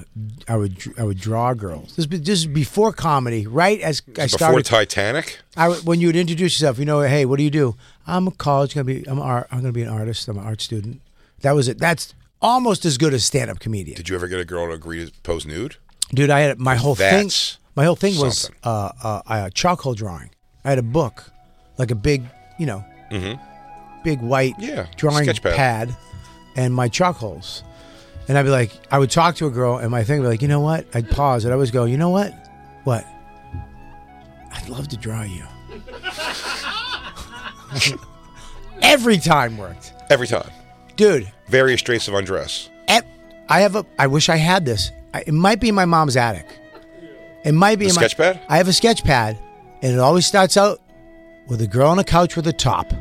B: I would I would draw girls. This be- this is before comedy, right? As I
C: Before
B: started,
C: Titanic.
B: I would- when you would introduce yourself, you know, hey, what do you do? I'm a college gonna be I'm a art, I'm gonna be an artist. I'm an art student. That was it. That's almost as good as stand up comedian,
C: Did you ever get a girl to agree to pose nude?
B: dude. I had my whole thing.
C: That's
B: My whole thing was
C: something.
B: uh, uh, uh, charcoal drawing. I had a book, like a big, you know, big white
C: Mm-hmm. Yeah,
B: drawing
C: sketch pad.
B: and my charcoals. And I'd be like, I would talk to a girl, and my thing would be like, you know what? I'd pause, and I always go, you know what? What? I'd love to draw you. Every time worked,
C: Every time.
B: dude.
C: Various straits of undress.
B: ev- I have a. I wish I had this. I, it might be in my mom's attic. It might be
C: The
B: in my
C: sketch pad?
B: I have a sketch pad, and it always starts out with a girl on a couch with a top,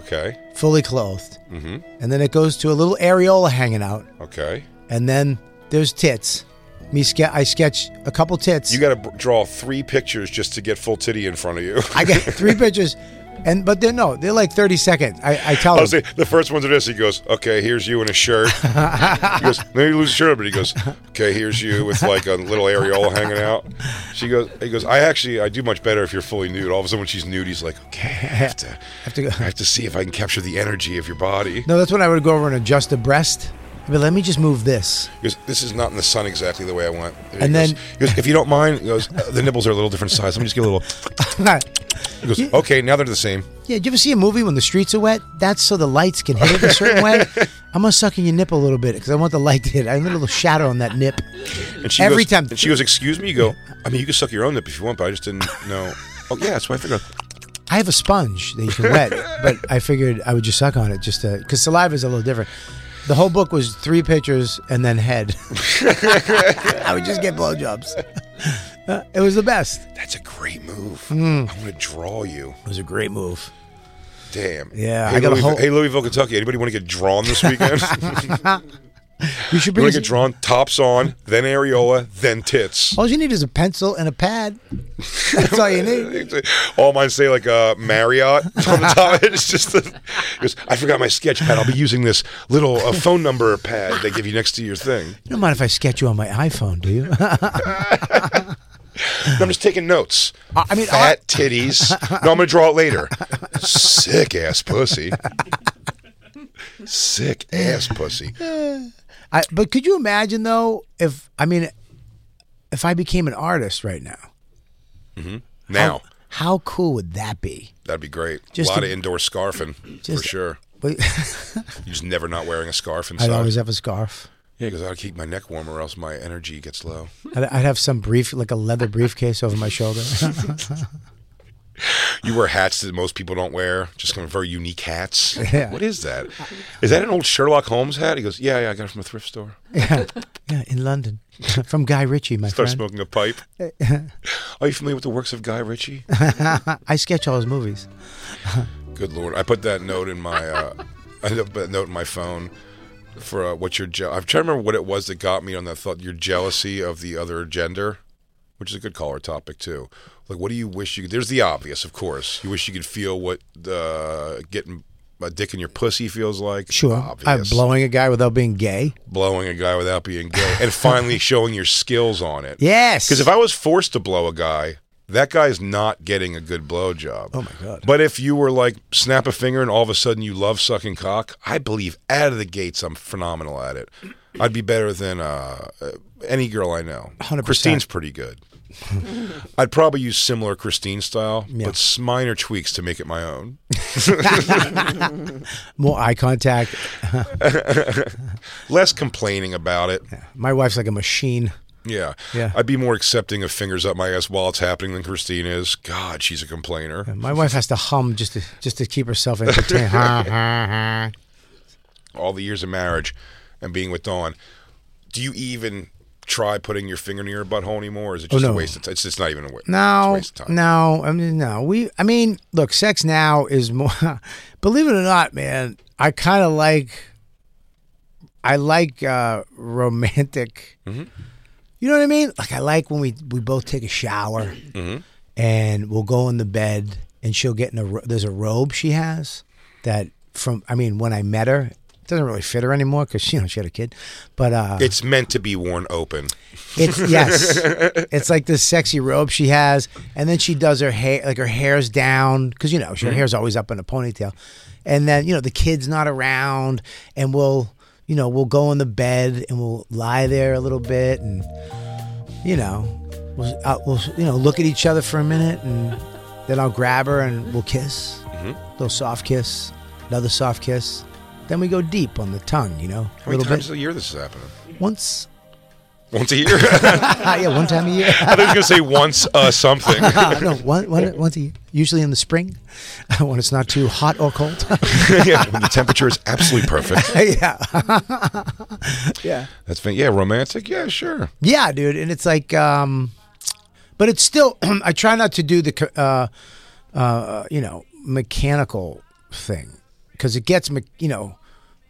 C: Okay.
B: fully clothed, mm-hmm. and then it goes to a little areola hanging out,
C: Okay.
B: and then there's tits. Me, ske- I sketch a couple tits.
C: You got to draw three pictures just to get full titty in front of you.
B: I get three pictures, and but they're no, they're like thirty seconds. I, I tell
C: I was
B: them.
C: like, the first ones are this. He goes, okay, here's you in a shirt. he goes, then you lose the shirt, but he goes, okay, here's you with like a little areola hanging out. She goes, he goes, I actually, I do much better if you're fully nude. All of a sudden, when she's nude, he's like, okay, I have to,
B: have to go-
C: I have to see if I can capture the energy of your body.
B: No, that's when I would go over and adjust the breast. But let me just move this.
C: He goes, this is not in the sun exactly the way I want. He
B: And
C: goes-
B: then-
C: he goes, if you don't mind, he goes, "Uh, the nipples are a little different size. Let me just get a little. He goes, okay, now they're the same.
B: Yeah, did you ever see a movie when the streets are wet? That's so the lights can hit it a certain way. I'm gonna suck in your nip a little bit because I want the light to hit. I need a little shadow on that nip.
C: And she
B: Every
C: goes-
B: time-
C: and she goes, "Excuse me." You go, "I mean, you can suck your own nip if you want, but I just didn't know." oh yeah, that's why I figured.
B: I have a sponge that you can wet, but I figured I would just suck on it just to because saliva is a little different. The whole book was three pictures and then head. I would just get blowjobs. Uh, it was the best.
C: That's a great move.
B: Hmm.
C: I want to draw you.
B: It was a great move.
C: Damn.
B: Yeah,
C: Hey,
B: I got a
C: Louisville,
B: whole-
C: hey, Louisville, Kentucky. Anybody want to get drawn this weekend? you
B: You should
C: want
B: bring.
C: to get drawn? Tops on, then areola, then tits.
B: All you need is a pencil and a pad. That's all you need.
C: All mine say like uh, Marriott on the top. It's just, the, it's- I forgot my sketch pad. I'll be using this little uh, phone number pad they give you next to your thing.
B: You don't mind if I sketch you on my iPhone, do you?
C: I'm just taking notes.
B: I- I mean,
C: fat titties. No, I'm gonna draw it later. Sick ass pussy. Sick ass pussy.
B: I, but could you imagine though if I mean, if I became an artist right now,
C: Now
B: how cool would that be?
C: that'd be great.
B: Just
C: a lot
B: to-
C: of indoor scarfing
B: just-
C: for sure.
B: But-
C: You're just never not wearing a
B: I'd
C: scarf inside.
B: always have a scarf.
C: yeah, because I keep my neck warm or else my energy gets low.
B: I'd, I'd have some brief, like a leather briefcase over my shoulder.
C: You wear hats that most people don't wear, just kind of very unique hats.
B: Yeah.
C: What is that? Is that an old Sherlock Holmes hat? He goes, Yeah, yeah, I got it from a thrift store.
B: yeah, yeah, in London, from Guy Ritchie, my
C: Start
B: friend.
C: smoking a pipe. Are you familiar with the works of Guy Ritchie?
B: I sketch all his movies.
C: Good lord, I put that note in my uh, I put that note in my phone for uh, what's your je- I'm trying to remember what it was that got me on that thought. Your jealousy of the other gender, which is a good caller topic too. Like, what do you wish you? There's the obvious, of course. You wish you could feel what uh, getting a dick in your pussy feels like.
B: Sure. I'm
C: Obvious.
B: blowing a guy without being gay.
C: blowing a guy without being gay, and finally showing your skills on it.
B: Yes.
C: Because if I was forced to blow a guy, that guy's not getting a good blowjob.
B: Oh my God.
C: But if you were like snap a finger and all of a sudden you love sucking cock, I believe out of the gates I'm phenomenal at it. I'd be better than uh, uh, any girl I know.
B: 100%.
C: Christine's pretty good. I'd probably use similar Christine style, but s- minor tweaks to make it my own.
B: More eye contact.
C: Less complaining about it.
B: My wife's like a machine.
C: Yeah.
B: Yeah.
C: I'd be more accepting of fingers up my ass while it's happening than Christine is. God, she's a complainer.
B: My wife has to hum just to just to keep herself entertained. Ha, ha, ha.
C: All the years of marriage and being with Dawn, do you even try putting your finger near her butthole anymore? Or is it
B: Oh,
C: just
B: no.
C: a waste of time? It's, it's not even a wa- it's a waste.
B: No,
C: of time.
B: no, I mean, no. We, I mean, look, sex now is more. believe it or not, man, I kind of like. I like uh, romantic.
C: Mm-hmm.
B: You know what I mean? Like I like when we we both take a shower,
C: Mm-hmm.
B: and we'll go in the bed, and she'll get in a. ro- There's a robe she has that from. I mean, when I met her, it doesn't really fit her anymore because you know she had a kid, but uh,
C: It's meant to be worn open.
B: it's yes. it's like this sexy robe she has, and then she does her hair like her hair's down because you know her
C: Mm-hmm.
B: hair's always up in a ponytail, and then you know the kid's not around, and we'll you know we'll go in the bed and we'll lie there a little bit, and you know we'll uh, we'll you know look at each other for a minute, and then I'll grab her and we'll kiss,
C: Mm-hmm.
B: little soft kiss, another soft kiss, then we go deep on the tongue, you know, a
C: How many
B: little
C: times
B: bit
C: a year this is happening?
B: once.
C: Once a year? I
B: Ah, yeah, one time a year.
C: thought he was going to say once uh, something.
B: Uh, no, one, one, once a year, usually in the spring when it's not too hot or cold.
C: yeah, when the temperature is absolutely perfect.
B: yeah. yeah.
C: That's fan- yeah, romantic. Yeah, sure.
B: Yeah, dude. And it's like, um, but it's still, I try not to do the, co- uh, uh, you know, mechanical thing because it gets, me- you know,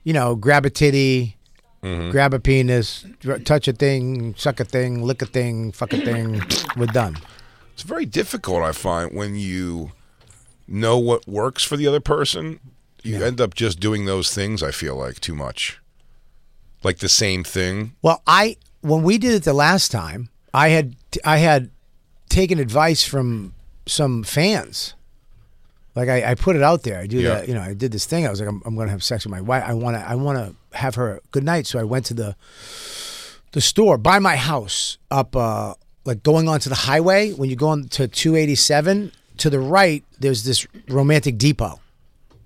B: you know, grab a titty, grab a penis, dr- touch a thing, suck a thing, lick a thing, fuck a thing. We're done.
C: It's very difficult, I find, when you know what works for the other person. You end up just doing those things, I feel like, too much. Like the same thing.
B: Well, I when we did it the last time, I had I had taken advice from some fans. Like I, I put it out there. I do
C: Yeah.
B: that. You know, I did this thing. I was like, I'm, I'm going to have sex with my wife. I want to. I want to have her good night. So I went to the the store by my house up uh like going onto the highway when you go on to 287 to the right there's this romantic depot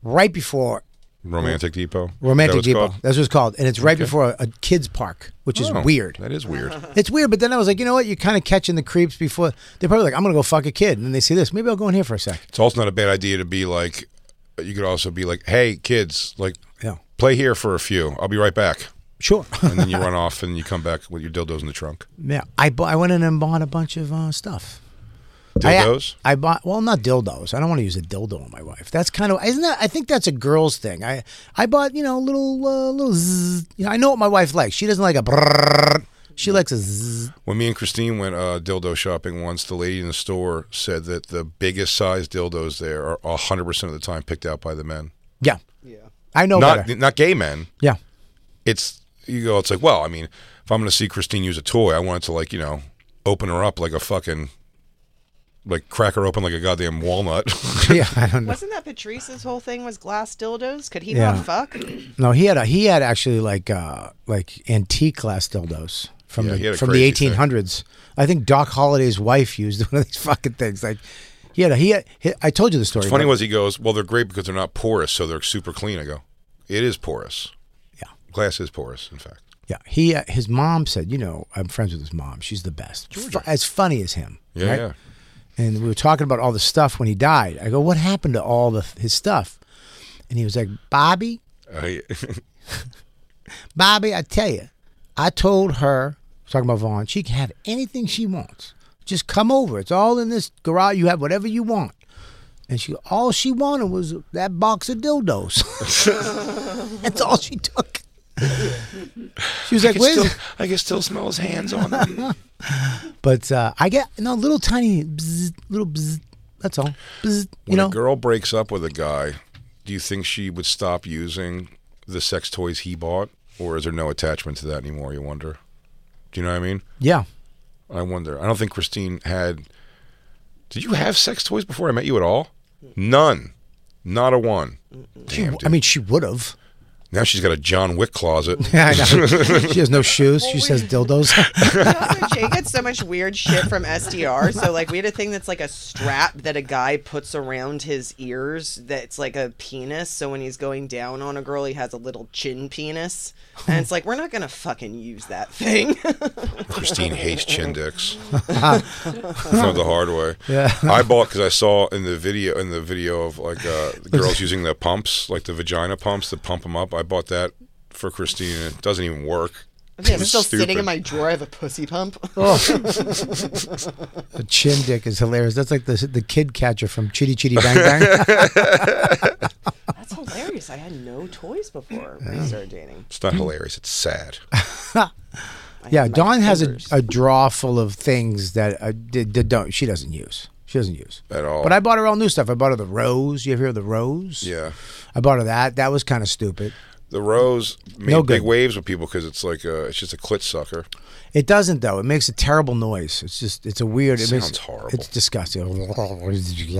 B: right before
C: Romantic Depot. Is that what
B: romantic
C: it's
B: depot
C: called?
B: that's what it's called and it's right before a, a kids park which is
C: Oh,
B: weird
C: That is weird.
B: it's weird, but then I was like, you know what? You're kind of catching the creeps before they're probably like, I'm gonna go fuck a kid, and then they see this. Maybe I'll go in here for a sec.
C: It's also not a bad idea to be like, you could also be like, hey, kids, like,
B: Yeah,
C: play here for a few. I'll be right back.
B: sure.
C: And then you run off and you come back with your dildos in the trunk.
B: yeah, I bu- I went in and bought a bunch of uh, stuff. I-
C: Dildos?
B: I, bought well, not dildos. I don't want to use a dildo on my wife. That's kind of isn't that? I think that's a girl's thing. I I bought you know little uh, little. Zzz, you know, I know what my wife likes. She doesn't like a. Brrr, she likes a. Zzz.
C: When me and Christine went uh, dildo shopping once, the lady in the store said that the biggest size dildos there are 100% of the time picked out by the men.
B: Yeah. Yeah. I know
C: not
B: better.
C: not gay men.
B: yeah.
C: It's you go. It's like well, I mean, if I'm going to see Christine use a toy, I want it to like you know open her up like a fucking like crack her open like a goddamn walnut.
B: Yeah. I don't know.
D: Wasn't that Patrice's whole thing was glass dildos? Could he
B: Yeah.
D: not fuck?
B: No, he had a, he had actually like uh like antique glass dildos from
C: Yeah, he had
B: the
C: a
B: from the
C: crazy
B: eighteen
C: thing.
B: hundreds. I think Doc Holliday's wife used one of these fucking things. Like he had a, he, had, he I told you the story.
C: What's funny
B: but-
C: was he goes, well, they're great because they're not porous, so they're super clean. I go, it is porous.
B: Yeah.
C: glass is porous, in fact.
B: yeah he uh, his mom said you know I'm friends with his mom she's the best Fu- as funny as him
C: Yeah,
B: right?
C: yeah.
B: and we were talking about all the stuff when he died. I go what happened to all the his stuff, and he was like Bobby
C: Uh, yeah.
B: Bobby, I tell you, I told her, talking about Vaughn, she can have anything she wants. Just come over. It's all in this garage. You have whatever you want. And she, all she wanted was that box of dildos. That's all she took. She was like, "Where's?" it?"
C: I can still smell his hands on them.
B: But uh, I get no little tiny bzz, little bzz. That's all. Bzz, you
C: when
B: know.
C: a girl breaks up with a guy, do you think she would stop using the sex toys he bought, or is there no attachment to that anymore? You wonder. Do you know what I mean?
B: Yeah.
C: I wonder. I don't think Christine had. Did you have sex toys before I met you at all? None. Not a one. Damn, dude.
B: I mean, she would have.
C: now she's got a John Wick closet.
B: I know. she has no shoes. She says dildos.
D: also, Jay gets so much weird shit from SDR. So, like, we had a thing that's like a strap that a guy puts around his ears that's like a penis. So, when he's going down on a girl, he has a little chin penis. And it's like, we're not going to fucking use that thing.
C: Christine hates chin dicks. Not the hard way. Yeah. I bought because I saw in the video in the video of like uh, the girls using the pumps, like the vagina pumps to pump them up. I bought that for Christine, and it doesn't even work.
D: Okay, I'm
C: It's
D: still sitting
C: stupid.
D: in my drawer. I have a pussy pump.
B: The chin dick is hilarious. That's like the the kid catcher from Chitty Chitty Bang Bang.
D: That's hilarious. I had no toys before we started dating.
C: It's not hilarious. It's sad.
D: I
B: yeah,
D: had my
B: Dawn has a,
D: fingers.
B: a drawer full of things that uh, d- d- don't she doesn't use. She doesn't use
C: At all.
B: But I bought her all new stuff. I bought her the rose. You ever hear of the rose?
C: Yeah.
B: I bought her that. That was kind of stupid.
C: The rose made
B: No
C: big
B: good.
C: waves with people because it's like a, it's just a clit sucker.
B: It doesn't though. It makes a terrible noise. It's just it's a weird. It makes,
C: Sounds horrible.
B: It's disgusting. It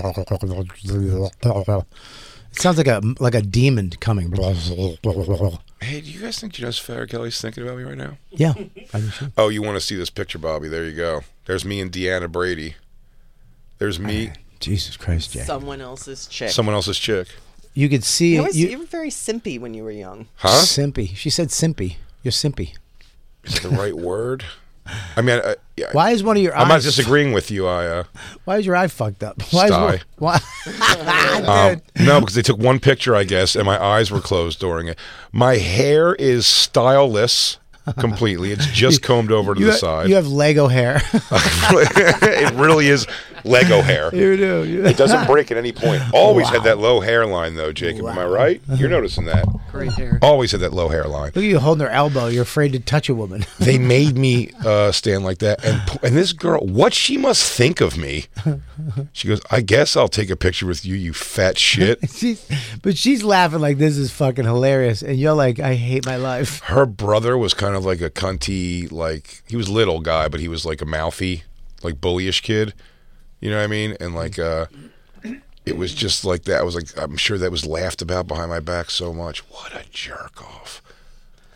B: sounds like a like a demon coming.
C: Hey, do you guys think Jess Farragelli's thinking about me right now?
B: Yeah, I'm sure.
C: Oh, you want to see this picture, Bobby? There you go. There's me and Deanna Brady. There's me,
B: Jesus Christ, Jack.
D: Someone else's chick.
C: someone else's chick.
B: you could see
D: You, always,
B: you,
D: you, were very simpy when you were young.
C: Huh?
B: Simpy. She said simpy. You're simpy.
C: Is that the right word? I mean, I, yeah,
B: Why is one of your
C: I'm not
B: eyes?
C: disagreeing with you. I uh,
B: Why is your eye fucked up? Why? Is one,
C: Sty.
B: why?
C: um, no, because they took one picture, I guess, and my eyes were closed during it. My hair is styleless completely. It's just combed over to
B: you,
C: the
B: have,
C: side.
B: you have Lego hair.
C: it really is Lego hair.
B: you do. You-
C: It doesn't break at any point. Always had that low hairline, though, Jacob. Am I right? You're noticing that.
G: Great hair.
C: Always had that low hairline.
B: Look at you holding her elbow. You're afraid to touch a woman.
C: They made me uh, stand like that, and p- and this girl, what she must think of me? She goes, "I guess I'll take a picture with you, you fat shit."
B: she's, but she's laughing like this is fucking hilarious, and you're like, I hate my life.
C: Her brother was kind of like a cunty, like he was little guy, but he was like a mouthy, like bullyish kid. You know what I mean? And like, uh, it was just like that. I was like, I'm sure that was laughed about behind my back so much. What a jerk off!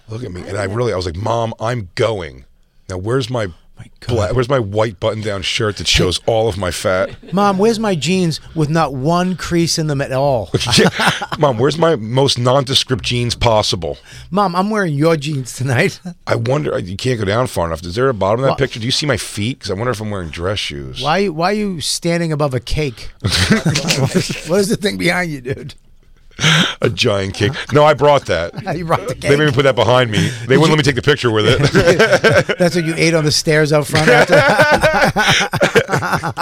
C: Look at me, and I really, I was like, Mom, I'm going. Now, where's my, bla- where's my white button-down shirt that shows all of my fat?
B: Mom, where's my jeans with not one crease in them at all?
C: Yeah. Mom, where's my most nondescript jeans possible?
B: Mom, I'm wearing your jeans tonight.
C: I wonder. uh, You can't go down far enough. Is there a bottom of that
B: Wha-
C: picture? Do you see my feet? Because I wonder if I'm wearing dress shoes.
B: Why? Why are you standing above a cake? what is the thing behind you, dude?
C: A giant cake. No, I brought that.
B: You brought the
C: They made me
B: cake.
C: put that behind me. They wouldn't let me take the picture with it.
B: That's what you ate on the stairs out front. After.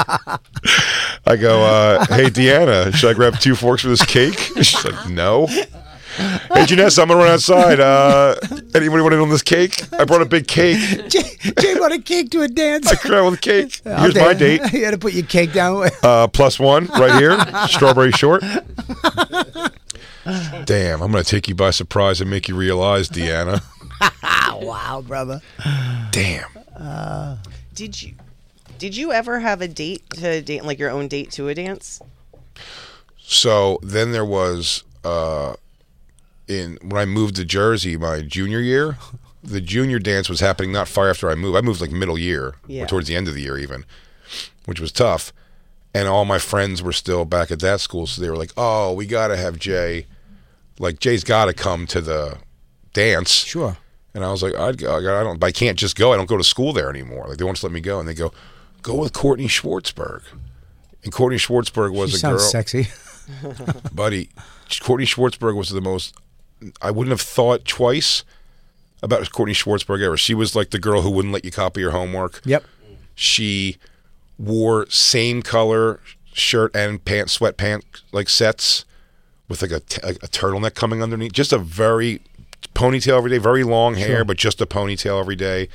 C: I go, uh, hey, Deanna, should I grab two forks for this cake? She's like, no. Hey, Janessa, I'm going to run outside. Uh, anybody want in on this cake? I brought a big cake.
B: Jay, Jay brought a cake to a dance.
C: I grabbed with cake.
B: I'll
C: Here's my date.
B: dance. you had to put your cake down.
C: Uh, plus one right here, strawberry short. Damn, I'm gonna take you by surprise and make you realize, Deanna.
B: wow, brother.
C: Damn,
D: Did you? Did you ever have a date to a date, like your own date to a dance?
C: So then there was uh, in when I moved to Jersey my junior year, the junior dance was happening not far after I moved. I moved like middle year,
D: Yeah.
C: or towards the end of the year even, which was tough. And all my friends were still back at that school, so they were like, "Oh, we gotta have Jay. Like Jay's gotta come to the dance."
B: Sure.
C: And I was like, I'd go, I go- I don't, but I can't just go. I don't go to school there anymore. Like they won't just let me go. And they go, go with Courtney Schwartzberg. And Courtney Schwartzberg was
B: She
C: a girl,
B: sounds sexy.
C: buddy. Courtney Schwartzberg was the most. I wouldn't have thought twice about Courtney Schwartzberg ever. She was like the girl who wouldn't let you copy your homework.
B: Yep.
C: She wore same color shirt and pants, sweatpants like sets with like a, t- a turtleneck coming underneath. Just a very ponytail every day, very long hair, but just a ponytail every day.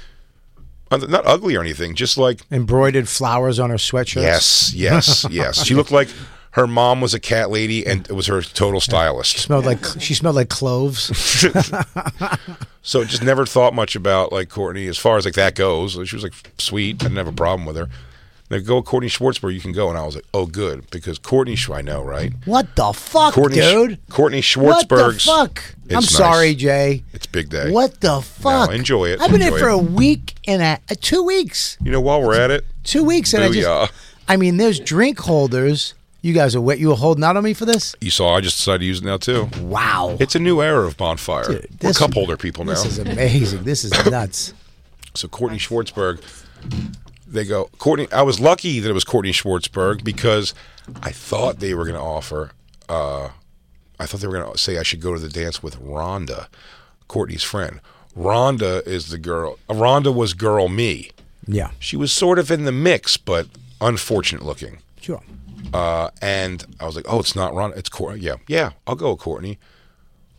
C: Uh, Not ugly or anything, just like
B: Embroidered flowers on her sweatshirt.
C: yes, yes, yes. She looked like Her mom was a cat lady, and it was her total stylist.
B: Smelled like she smelled like cloves.
C: So just never thought much about like Courtney as far as like that goes. She was like sweet. I didn't have a problem with her. They go Courtney Schwartzberg, you can go, and I was like, oh good, because Courtney, Sch- I know, right?
B: What the fuck,
C: Courtney, Sch-
B: dude?
C: Courtney
B: What the
C: Schwartzberg's.
B: fuck?
C: It's
B: I'm
C: nice.
B: sorry, Jay.
C: It's big day.
B: What the fuck?
C: enjoy it.
B: I've been
C: Enjoy
B: in for
C: it.
B: a week and a uh, two weeks.
C: You know, while we're at it,
B: Two weeks and I
C: Booyah.
B: just I mean, there's drink holders. You guys are wet. You were holding out on me for this?
C: you saw I just decided to use it now too.
B: Wow.
C: It's a new era of bonfire. we're
B: this-
C: cup holder people now.
B: This is amazing. This is nuts.
C: So Courtney Schwartzberg, they go Courtney. I was lucky that it was Courtney Schwartzberg because I thought they were going to offer. Uh, I thought they were going to say I should go to the dance with Rhonda, Courtney's friend. Rhonda is the girl. Rhonda was girl me.
B: Yeah.
C: She was sort of in the mix, but unfortunate looking.
B: Sure.
C: Uh, and I was like, oh, it's not Rhonda. It's Courtney. Yeah, yeah, I'll go with Courtney.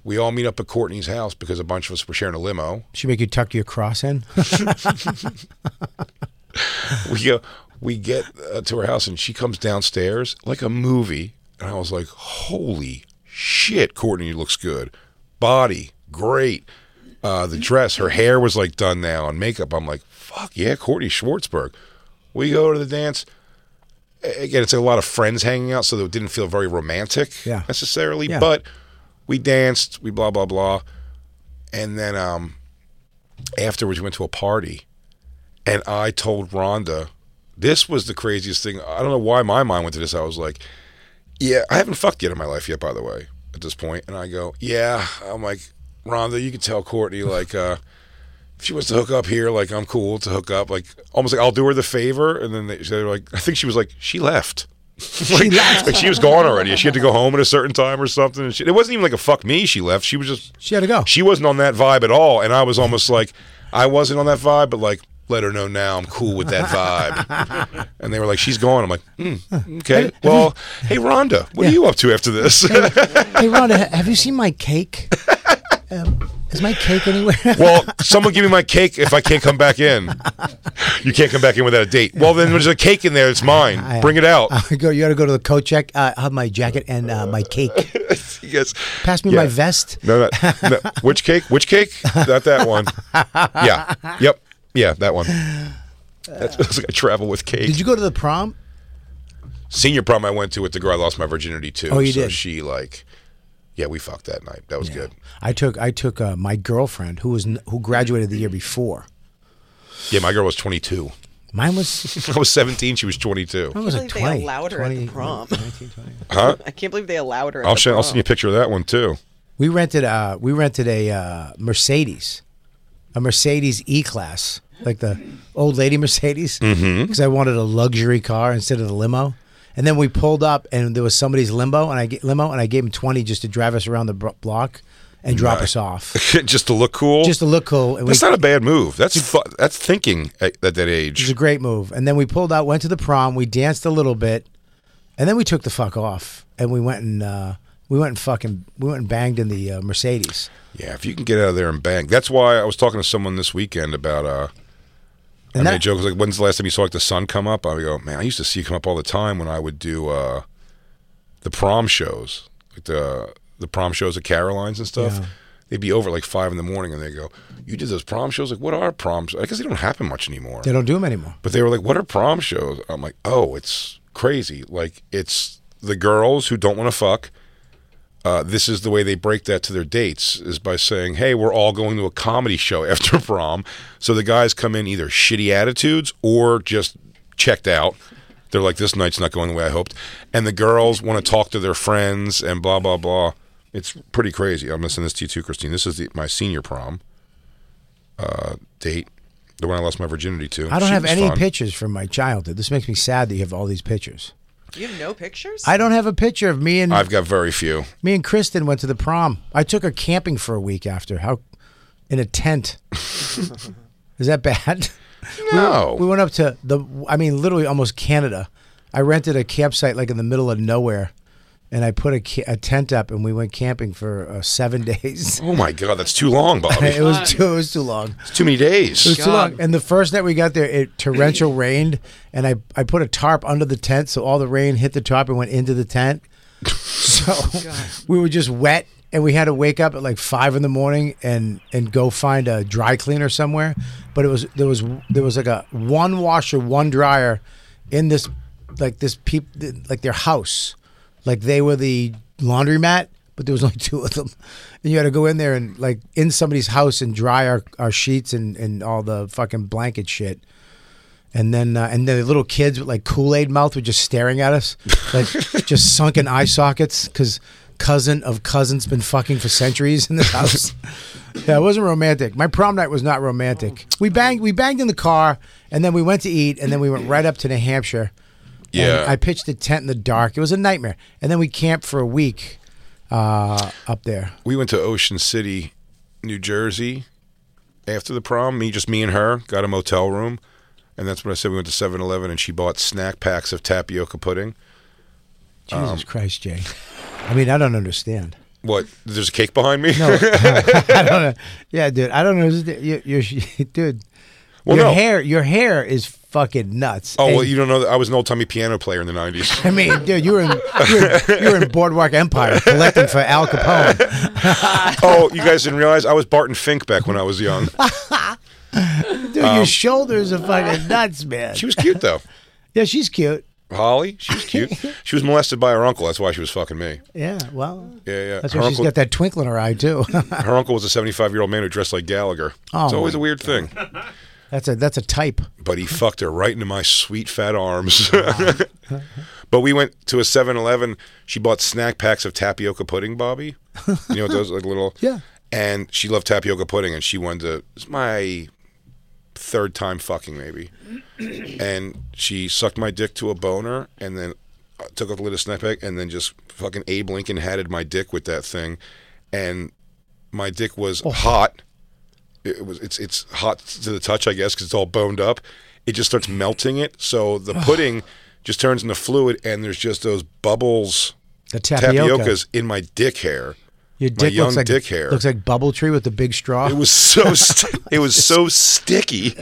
C: We all meet up at Courtney's house because a bunch of us were sharing a limo.
B: Should make you tuck your cross in.
C: we go, we get uh, to her house and she comes downstairs like a movie and i was like holy shit courtney looks good body great uh, the dress her hair was like done now and makeup i'm like fuck yeah courtney schwartzberg we go to the dance A- again it's a lot of friends hanging out so it didn't feel very romantic
B: Yeah.
C: necessarily
B: Yeah.
C: but we danced we blah blah blah and then um afterwards we went to a party and I told Rhonda, this was the craziest thing. I don't know why my mind went to this. I was like, yeah, I haven't fucked yet in my life yet, by the way, at this point. And I go, yeah. I'm like, Rhonda, you can tell Courtney, like, uh, if she wants to hook up here, like, I'm cool to hook up. Like, almost like I'll do her the favor. And then they, they're like, I think she was like, she left. like, she left. Like she was gone already. She had to go home at a certain time or something. And she, it wasn't even like a fuck me. She left. She was just
B: She had to go.
C: she wasn't on that vibe at all, and I was almost like, I wasn't on that vibe, but like, let her know now. I'm cool with that vibe. and they were like, she's gone. I'm like, mm, okay. Well, hey Rhonda, what are you up to after this?
B: hey, Rhonda, ha- have you seen my cake? Um, is my cake anywhere?
C: well, someone give me my cake if I can't come back in. You can't come back in without a date. Well, then there's a cake in there. It's mine. Bring it out.
B: I go. You got to go to the coat check. Uh, I have my jacket and uh, my cake.
C: yes.
B: Pass me
C: Yeah.
B: my vest.
C: No, no, no. Which cake? Which cake? Not that one. Yeah. Yep. Yeah, that one. That's, that's like I travel with cake.
B: Did you go to the prom?
C: senior prom I went to with the girl I lost my virginity to.
B: Oh, you
C: so
B: did?
C: She like, yeah, we fucked that night. That was good.
B: I took I took uh, my girlfriend who was n- who graduated the year before.
C: Yeah, my girl was 22.
B: Mine was
C: I was 17. She was 22.
B: mine
D: I
B: was
D: can't
B: a
D: believe
B: twenty.
D: they allowed her at
B: 20
D: the prom.
C: Huh?
D: I can't believe they allowed her. At
C: I'll
D: the
C: show. I'll
D: prom.
C: send you a picture of that one too.
B: We rented uh we rented a uh, Mercedes, a Mercedes E Class, like the old lady Mercedes, because
C: Mm-hmm.
B: I wanted a luxury car instead of the limo. And then we pulled up, and there was somebody's limbo, and I ga- limo, and I gave him twenty just to drive us around the bro- block and drop us off,
C: Just to look cool.
B: just to look cool. And we,
C: That's not a bad move. That's fu- that's thinking at, at that
B: It was
C: age.
B: a great move. And then we pulled out, went to the prom, we danced a little bit, and then we took the fuck off, and we went and uh, we went and fucking we went and banged in the uh, Mercedes.
C: Yeah, if you can get out of there and bang. That's why I was talking to someone this weekend about. uh I
B: And
C: made a
B: that-
C: joke I was like, "When's the last time you saw like the sun come up?" I would go, "Man, I used to see it come up all the time when I would do uh the prom shows, like the the prom shows at Caroline's and stuff." They'd be over at, like five in the morning, and they go, "You did those prom shows? Like, what are prom? shows? I guess they don't happen much anymore."
B: They don't do them anymore.
C: But they were like, "What are prom shows?" I'm like, "Oh, it's crazy. Like, it's the girls who don't want to fuck." Uh, this is the way they break that to their dates is by saying, "Hey, we're all going to a comedy show after prom." So the guys come in either shitty attitudes or just checked out. They're like, "This night's not going the way I hoped," and the girls want to talk to their friends and blah blah blah. It's pretty crazy. I'm gonna send this to you too, Christine. This is the, my senior prom uh, date, the one I lost my virginity to.
B: I don't
C: She
B: have
C: was
B: any
C: fun.
B: pictures from my childhood. This makes me sad that you have all these pictures.
D: You have no pictures.
B: I don't have a picture of me and
C: I've got very few.
B: me and Kristen went to the prom. I took her camping for a week after. How in a tent? Is that bad?
C: No.
B: We went up to the, I mean, literally almost Canada. I rented a campsite like in the middle of nowhere and I put a, ca- a tent up, and we went camping for uh, seven days.
C: Oh my God, that's too long,
B: it
C: Bobby.
B: was too, it was too long.
C: It's too many
B: It was
C: days.
B: too long. And the first night we got there, it torrential rained, and I, I put a tarp under the tent, so all the rain hit the tarp and went into the tent. So we were just wet, and we had to wake up at like five in the morning and and go find a dry cleaner somewhere. But it was there was there was like a one washer, one dryer, in this like this peep like their house, like they were the laundromat. But there was only two of them, and you had to go in there and like in somebody's house and dry our, our sheets and, and all the fucking blanket shit. And then, uh, and then the little kids with like Kool Aid mouth were just staring at us, like just sunken eye sockets, because cousin of cousin's been fucking for centuries in this house. yeah, it wasn't romantic. My prom night was not romantic. We banged, we banged in the car, and then we went to eat, and then we went right up to New Hampshire.
C: Yeah.
B: and I pitched a tent in the dark. It was a nightmare. And then we camped for a week uh, up there.
C: we went to Ocean City, New Jersey after the prom. Me, just me and her, got a motel room. And that's when I said we went to 7 Eleven and she bought snack packs of tapioca pudding.
B: Jesus Christ, Jay. I mean, I don't understand.
C: What? There's a cake behind me?
B: I don't know. Yeah, dude. I don't know. You, you, dude.
C: Well,
B: your
C: no.
B: hair, your hair is fucking nuts.
C: oh,
B: And-
C: well, you don't know that I was an old timey piano player in the 90s.
B: I mean, dude, you were in you were, you were in Boardwalk Empire collecting for Al Capone.
C: oh, you guys didn't realize I was Barton Fink back when I was young.
B: Dude,
C: Um,
B: your shoulders are fucking nuts, man.
C: She was cute though.
B: yeah, she's cute.
C: Holly, she was cute. She was molested by her uncle. That's why she was fucking me.
B: Yeah, well,
C: Yeah, yeah.
B: that's
C: her,
B: why she's
C: uncle,
B: got that twinkle in her eye too.
C: her uncle was a 75 year old man who dressed like Gallagher.
B: Oh,
C: it's always
B: my
C: a weird thing.
B: that's a that's a type.
C: But he fucked her right into my sweet fat arms. but we went to a 7 Eleven. She bought snack packs of tapioca pudding, Bobby. You know what those like little.
B: Yeah.
C: And she loved tapioca pudding and she wanted to. It's my third time fucking, maybe. and she sucked my dick to a boner and then uh, took off the lid of snack pack and then just fucking Abe Lincoln hatted my dick with that thing. And my dick was hot. It was it's it's hot to the touch, I guess, because it's all boned up. It just starts melting it, so the pudding just turns into fluid, and there's just those bubbles,
B: The tapioca.
C: tapiocas in my dick hair.
B: Your
C: my
B: dick
C: young
B: looks like
C: dick hair.
B: looks like bubble tree with the big straw.
C: It was so st- it was so sticky.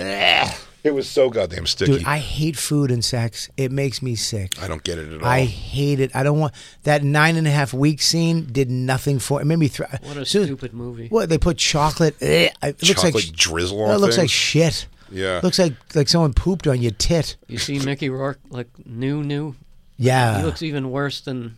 C: It was so goddamn sticky.
B: Dude, I hate food and sex. It makes me sick.
C: I don't get it at all.
B: I hate it. I don't want that nine and a half week scene. Did nothing for it. Made me throw.
G: What a stupid movie.
B: What they put chocolate? eh, I- it looks like
C: Chocolate drizzle
B: no,
C: on
B: It looks like
C: things?
B: shit.
C: Yeah.
B: looks like like someone pooped on your tit.
G: You see Mickey Rourke like new, new.
B: Yeah.
G: He looks even worse than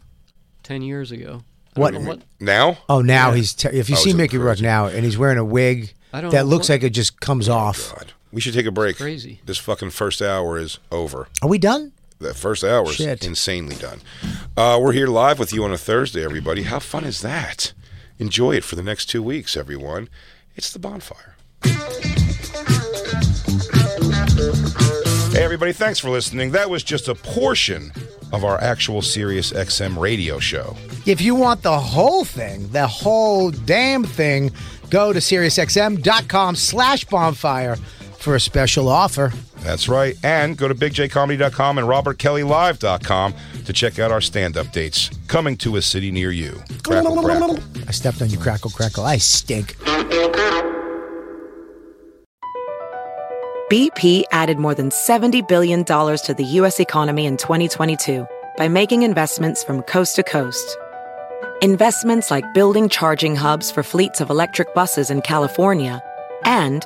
G: ten years ago. I
B: What-
G: don't know what?
C: now
B: oh, now he's. Ter- if you
C: Oh,
B: see
C: it's
B: Mickey Rourke
C: crazy.
B: now and he's wearing a wig
G: I don't
B: that
G: know
B: looks
G: what-
B: like it just comes off.
C: God, we should take a break.
G: crazy.
C: This fucking first hour is over.
B: Are we done?
C: The first hour is
B: Shit.
C: insanely done. Uh, we're here live with you on a Thursday, everybody. How fun is that? Enjoy it for the next two weeks, everyone. It's the bonfire. Hey, everybody, thanks for listening. That was just a portion of our actual Sirius XM radio show.
B: If you want the whole thing, the whole damn thing, go to SiriusXM.com slash bonfire for a special offer.
C: That's right. And go to bigjcomedy.com and robertkellylive.com to check out our stand up dates coming to a city near you. Crackle, crackle.
B: I stepped on you, crackle, crackle. I stink.
I: BP added more than $70 billion to the U.S. economy in 2022 by making investments from coast to coast. Investments like building charging hubs for fleets of electric buses in California and